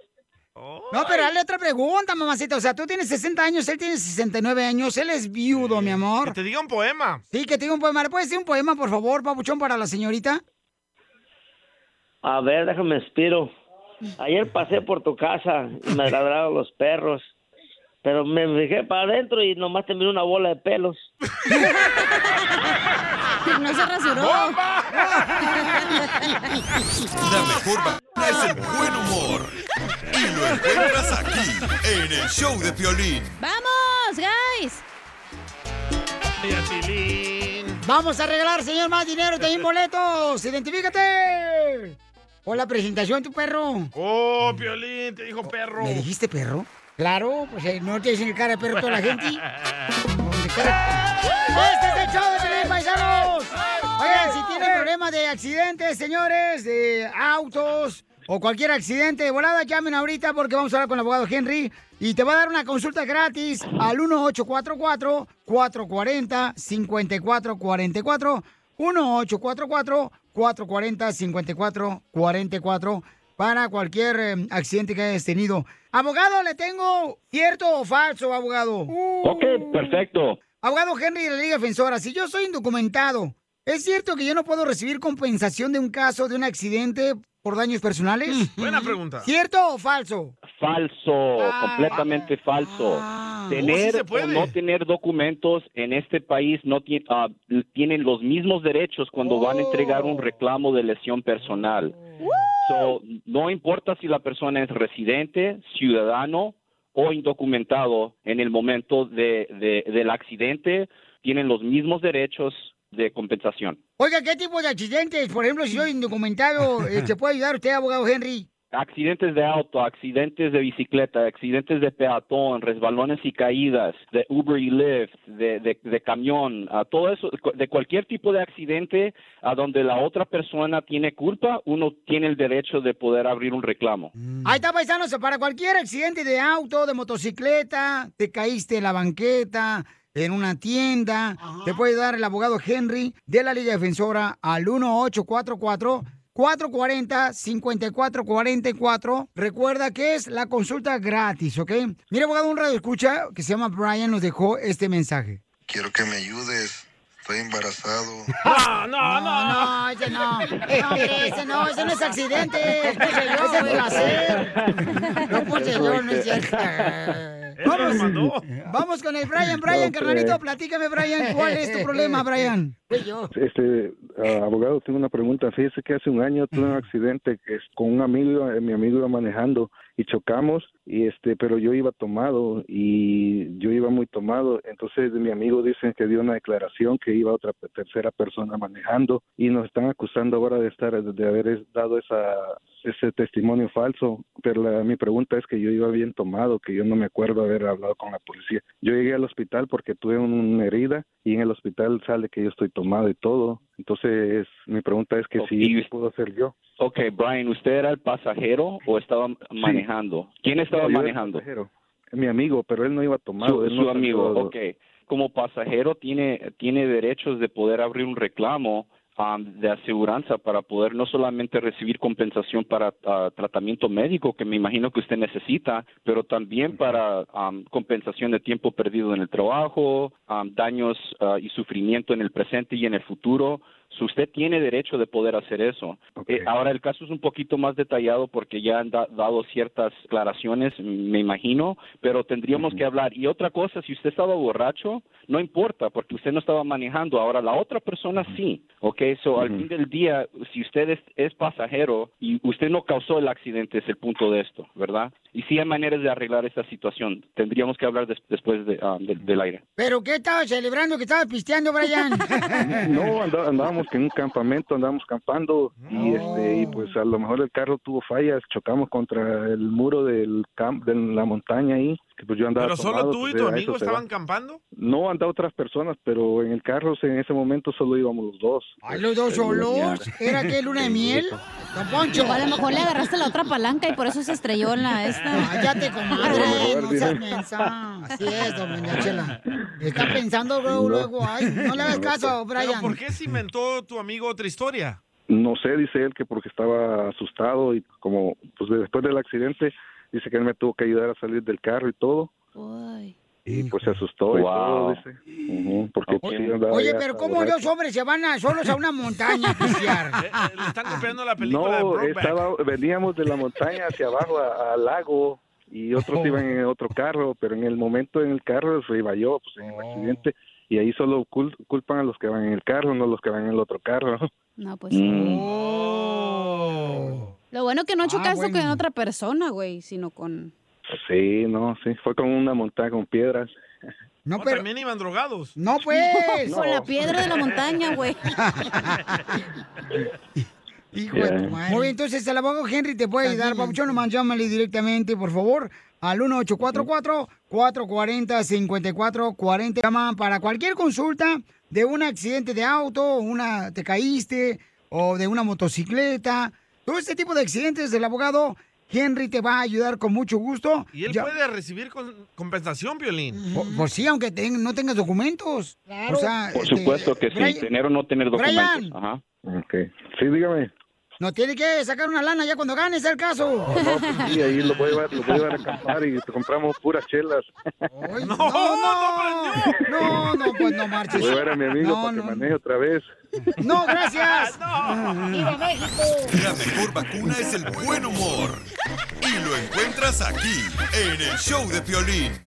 Speaker 1: No, pero dale otra pregunta, mamacita. O sea, tú tienes 60 años, él tiene 69 años, él es viudo, mi amor. Que
Speaker 5: te diga un poema.
Speaker 1: Sí, que te diga un poema. ¿Le puedes decir un poema, por favor, papuchón, para la señorita?
Speaker 2: A ver, déjame inspiro. Ayer pasé por tu casa y me ladraron los perros. Pero me fijé para adentro y nomás te miré una bola de pelos.
Speaker 3: *laughs* No se rasuró. *laughs*
Speaker 6: La mejor vacuna es el buen humor. Y lo encuentras aquí, en el show de Piolín.
Speaker 3: ¡Vamos, guys!
Speaker 1: Vamos a regalar, señor, más dinero, también boletos. ¡Identifícate! Hola, presentación, tu perro.
Speaker 5: Oh, Piolín, te dijo perro.
Speaker 1: ¿Me dijiste perro? Claro, pues eh, no te dicen el cara de perro toda la gente. ¡Este es el show de Pelín, paisanos! Oigan, si tienen problemas de accidentes, señores, de autos o cualquier accidente de volada, llamen ahorita porque vamos a hablar con el abogado Henry y te va a dar una consulta gratis al 1844-440-5444. 1844-440-5444 para cualquier eh, accidente que hayas tenido. Abogado, le tengo cierto o falso, abogado.
Speaker 18: Ok, perfecto.
Speaker 1: Abogado Henry de la Liga Defensora, si yo soy indocumentado, ¿es cierto que yo no puedo recibir compensación de un caso de un accidente por daños personales?
Speaker 5: Buena pregunta.
Speaker 1: ¿Cierto o falso?
Speaker 18: Falso, completamente falso.
Speaker 5: Ah. Oh, sí
Speaker 18: tener
Speaker 5: se puede.
Speaker 18: o no tener documentos en este país no ti- ah, tienen los mismos derechos cuando van a entregar
Speaker 5: Oh.
Speaker 18: un reclamo de lesión personal. So, no importa si la persona es residente, ciudadano o indocumentado en el momento de- de- del accidente, tienen los mismos derechos de compensación.
Speaker 1: Oiga, ¿qué tipo de accidentes? Por ejemplo, si soy indocumentado,
Speaker 5: *laughs*
Speaker 1: eh, ¿se puede ayudar usted, abogado Henry?
Speaker 18: accidentes de auto, accidentes de bicicleta, accidentes de peatón, resbalones y caídas, de Uber y Lyft, de, de- de camión, a todo eso, de cu- de cualquier tipo de accidente a donde la otra persona tiene culpa, uno tiene el derecho de poder abrir un reclamo.
Speaker 27: Mm,
Speaker 1: Ahí está, paisanos, para cualquier accidente de auto, de motocicleta, te caíste en la banqueta, en una tienda, te puede dar el abogado Henry de la Liga Defensora al 1844 440 5444. Recuerda que es la consulta gratis, ¿ok? Mira, abogado, un radio escucha que se llama Brian nos dejó este mensaje.
Speaker 28: Quiero que me ayudes. Estoy embarazado.
Speaker 1: No, no, no, ese no. *laughs* No, hombre, ese no, ese no es accidente. Ese puse yo, ese es placer. No puse yo, no es cierto. Vamos, vamos con el Brian, Brian,
Speaker 27: Ok.
Speaker 1: carnalito, platícame, Brian, ¿cuál *laughs* es tu problema, Brian?
Speaker 27: Este, ah, abogado, tengo una pregunta. Fíjese que hace un año tuve un accidente que es con un amigo, eh, mi amigo iba manejando y chocamos, y este, pero yo iba tomado y yo iba muy tomado. Entonces mi amigo dice que dio una declaración que iba otra pe- tercera persona manejando y nos están acusando ahora de estar, de haber es- dado esa ese testimonio falso, pero la- mi pregunta es que yo iba bien tomado, que yo no me acuerdo haber hablado con la policía. Yo llegué al hospital porque tuve un- una herida y en el hospital sale que yo estoy tomado y todo. Entonces, mi pregunta es que si puedo ser yo.
Speaker 18: Ok, Brian, ¿usted era el pasajero o estaba manejando? ¿Quién estaba
Speaker 27: No, yo era
Speaker 18: manejando?
Speaker 27: pasajero. Mi amigo, pero él no iba tomado.
Speaker 18: Su,
Speaker 27: él no
Speaker 18: su amigo,
Speaker 27: salió-
Speaker 18: ok. Como pasajero tiene, tiene derechos de poder abrir un reclamo am, de aseguranza para poder no solamente recibir compensación para ah, tratamiento médico, que me imagino que usted necesita, pero también para am, compensación de tiempo perdido en el trabajo, am, daños ah, y sufrimiento en el presente y en el futuro. So, usted tiene derecho de poder hacer eso. Eh, ahora, el caso es un poquito más detallado porque ya han da- dado ciertas aclaraciones, me imagino, pero tendríamos que hablar. Y otra cosa, si usted estaba borracho, no importa, porque usted no estaba manejando. Ahora, la otra persona sí, ¿ok? So, al fin del día, si usted es, es pasajero y usted no causó el accidente, es el punto de esto, ¿verdad? Y sí hay maneras de arreglar esta situación. Tendríamos que hablar des- después de, ah, de- del aire.
Speaker 1: ¿Pero qué estabas celebrando que estabas pisteando,
Speaker 27: *laughs*
Speaker 1: Brian?
Speaker 27: No, anda- andábamos en un campamento, andábamos campando y este y pues a lo mejor el carro tuvo fallas, chocamos contra el muro del camp de la montaña ahí, que pues yo andaba
Speaker 5: ¿Pero solo
Speaker 27: tomado,
Speaker 5: tú y
Speaker 27: pues,
Speaker 5: tu
Speaker 27: a eso
Speaker 5: amigo
Speaker 27: se va.
Speaker 5: estaban campando?
Speaker 27: No andaba otras personas, pero en el carro se- en ese momento solo íbamos los dos. Este,
Speaker 1: Ay, los dos solos. ¿Era que luna de miel? Don Poncho.
Speaker 3: O a lo mejor le agarraste la otra palanca y por eso se estrelló en la esta.
Speaker 1: Cállate, comadre, no seas mensa. Así es, don Doña Chela. Está
Speaker 27: *laughs*
Speaker 1: pensando luego, luego. Ay, no le hagas caso,
Speaker 5: ¿Pero
Speaker 1: Brian.
Speaker 5: por qué se inventó tu amigo otra historia?
Speaker 27: *laughs* No sé, dice él que porque estaba asustado y como pues después del accidente dice que él me tuvo que ayudar a salir del carro y todo. Y pues se asustó y todo,
Speaker 18: Wow.
Speaker 27: dice. Ujú, porque pues, sí andaba
Speaker 1: Oye,
Speaker 27: ya
Speaker 1: pero ¿cómo
Speaker 27: borracho.
Speaker 1: los hombres se van a, solos a una montaña a pistear?
Speaker 27: No, estaba, veníamos de la montaña hacia abajo a- al lago y otros
Speaker 1: Oh.
Speaker 27: iban en otro carro, pero en el momento en el carro se iba yo, pues en el
Speaker 1: Oh.
Speaker 27: accidente, y ahí solo cul- culpan a los que van en el carro, no los que van en el otro carro. *laughs*
Speaker 3: No, pues.
Speaker 27: Mm.
Speaker 1: Oh.
Speaker 3: Lo bueno que no chocaste con otra persona, güey, sino con.
Speaker 27: Sí, no, sí, fue con una montaña con piedras.
Speaker 1: No,
Speaker 5: pero... También iban drogados.
Speaker 1: No, pues.
Speaker 3: *laughs*
Speaker 5: *laughs*
Speaker 3: Con la piedra de la montaña, güey.
Speaker 1: Hijo de tu madre. Muy bien, entonces el abogado Henry te puede ayudar, Pabuchón, nomás llámale directamente, por favor, al 1844-440-5440. Llama para cualquier consulta de un accidente de auto, una te caíste, o de una motocicleta. Todo este tipo de accidentes, el abogado Henry te va a ayudar con mucho gusto.
Speaker 5: Y él
Speaker 1: Ya-
Speaker 5: puede recibir con- compensación, Violín.
Speaker 1: Po- Pues sí, aunque ten- no tengas documentos. O sea,
Speaker 4: Por
Speaker 1: este,
Speaker 4: supuesto que sí,
Speaker 1: Brian,
Speaker 4: tener o no tener
Speaker 1: Brian.
Speaker 4: documentos. Ajá.
Speaker 27: Okay. Sí, dígame.
Speaker 1: No tiene que sacar una lana ya cuando ganes el caso.
Speaker 4: Oh,
Speaker 27: No, pues sí, ahí lo voy a llevar, lo voy a, llevar a acampar y te compramos puras chelas.
Speaker 1: *laughs* no, no, no, no, pues no marches.
Speaker 27: Lo voy a llevar a mi amigo
Speaker 1: No,
Speaker 27: para que maneje otra vez.
Speaker 1: No, gracias.
Speaker 6: ¡Viva
Speaker 1: Ah, México!
Speaker 6: La mejor vacuna es el buen humor. Y lo encuentras aquí, en el show de Piolín.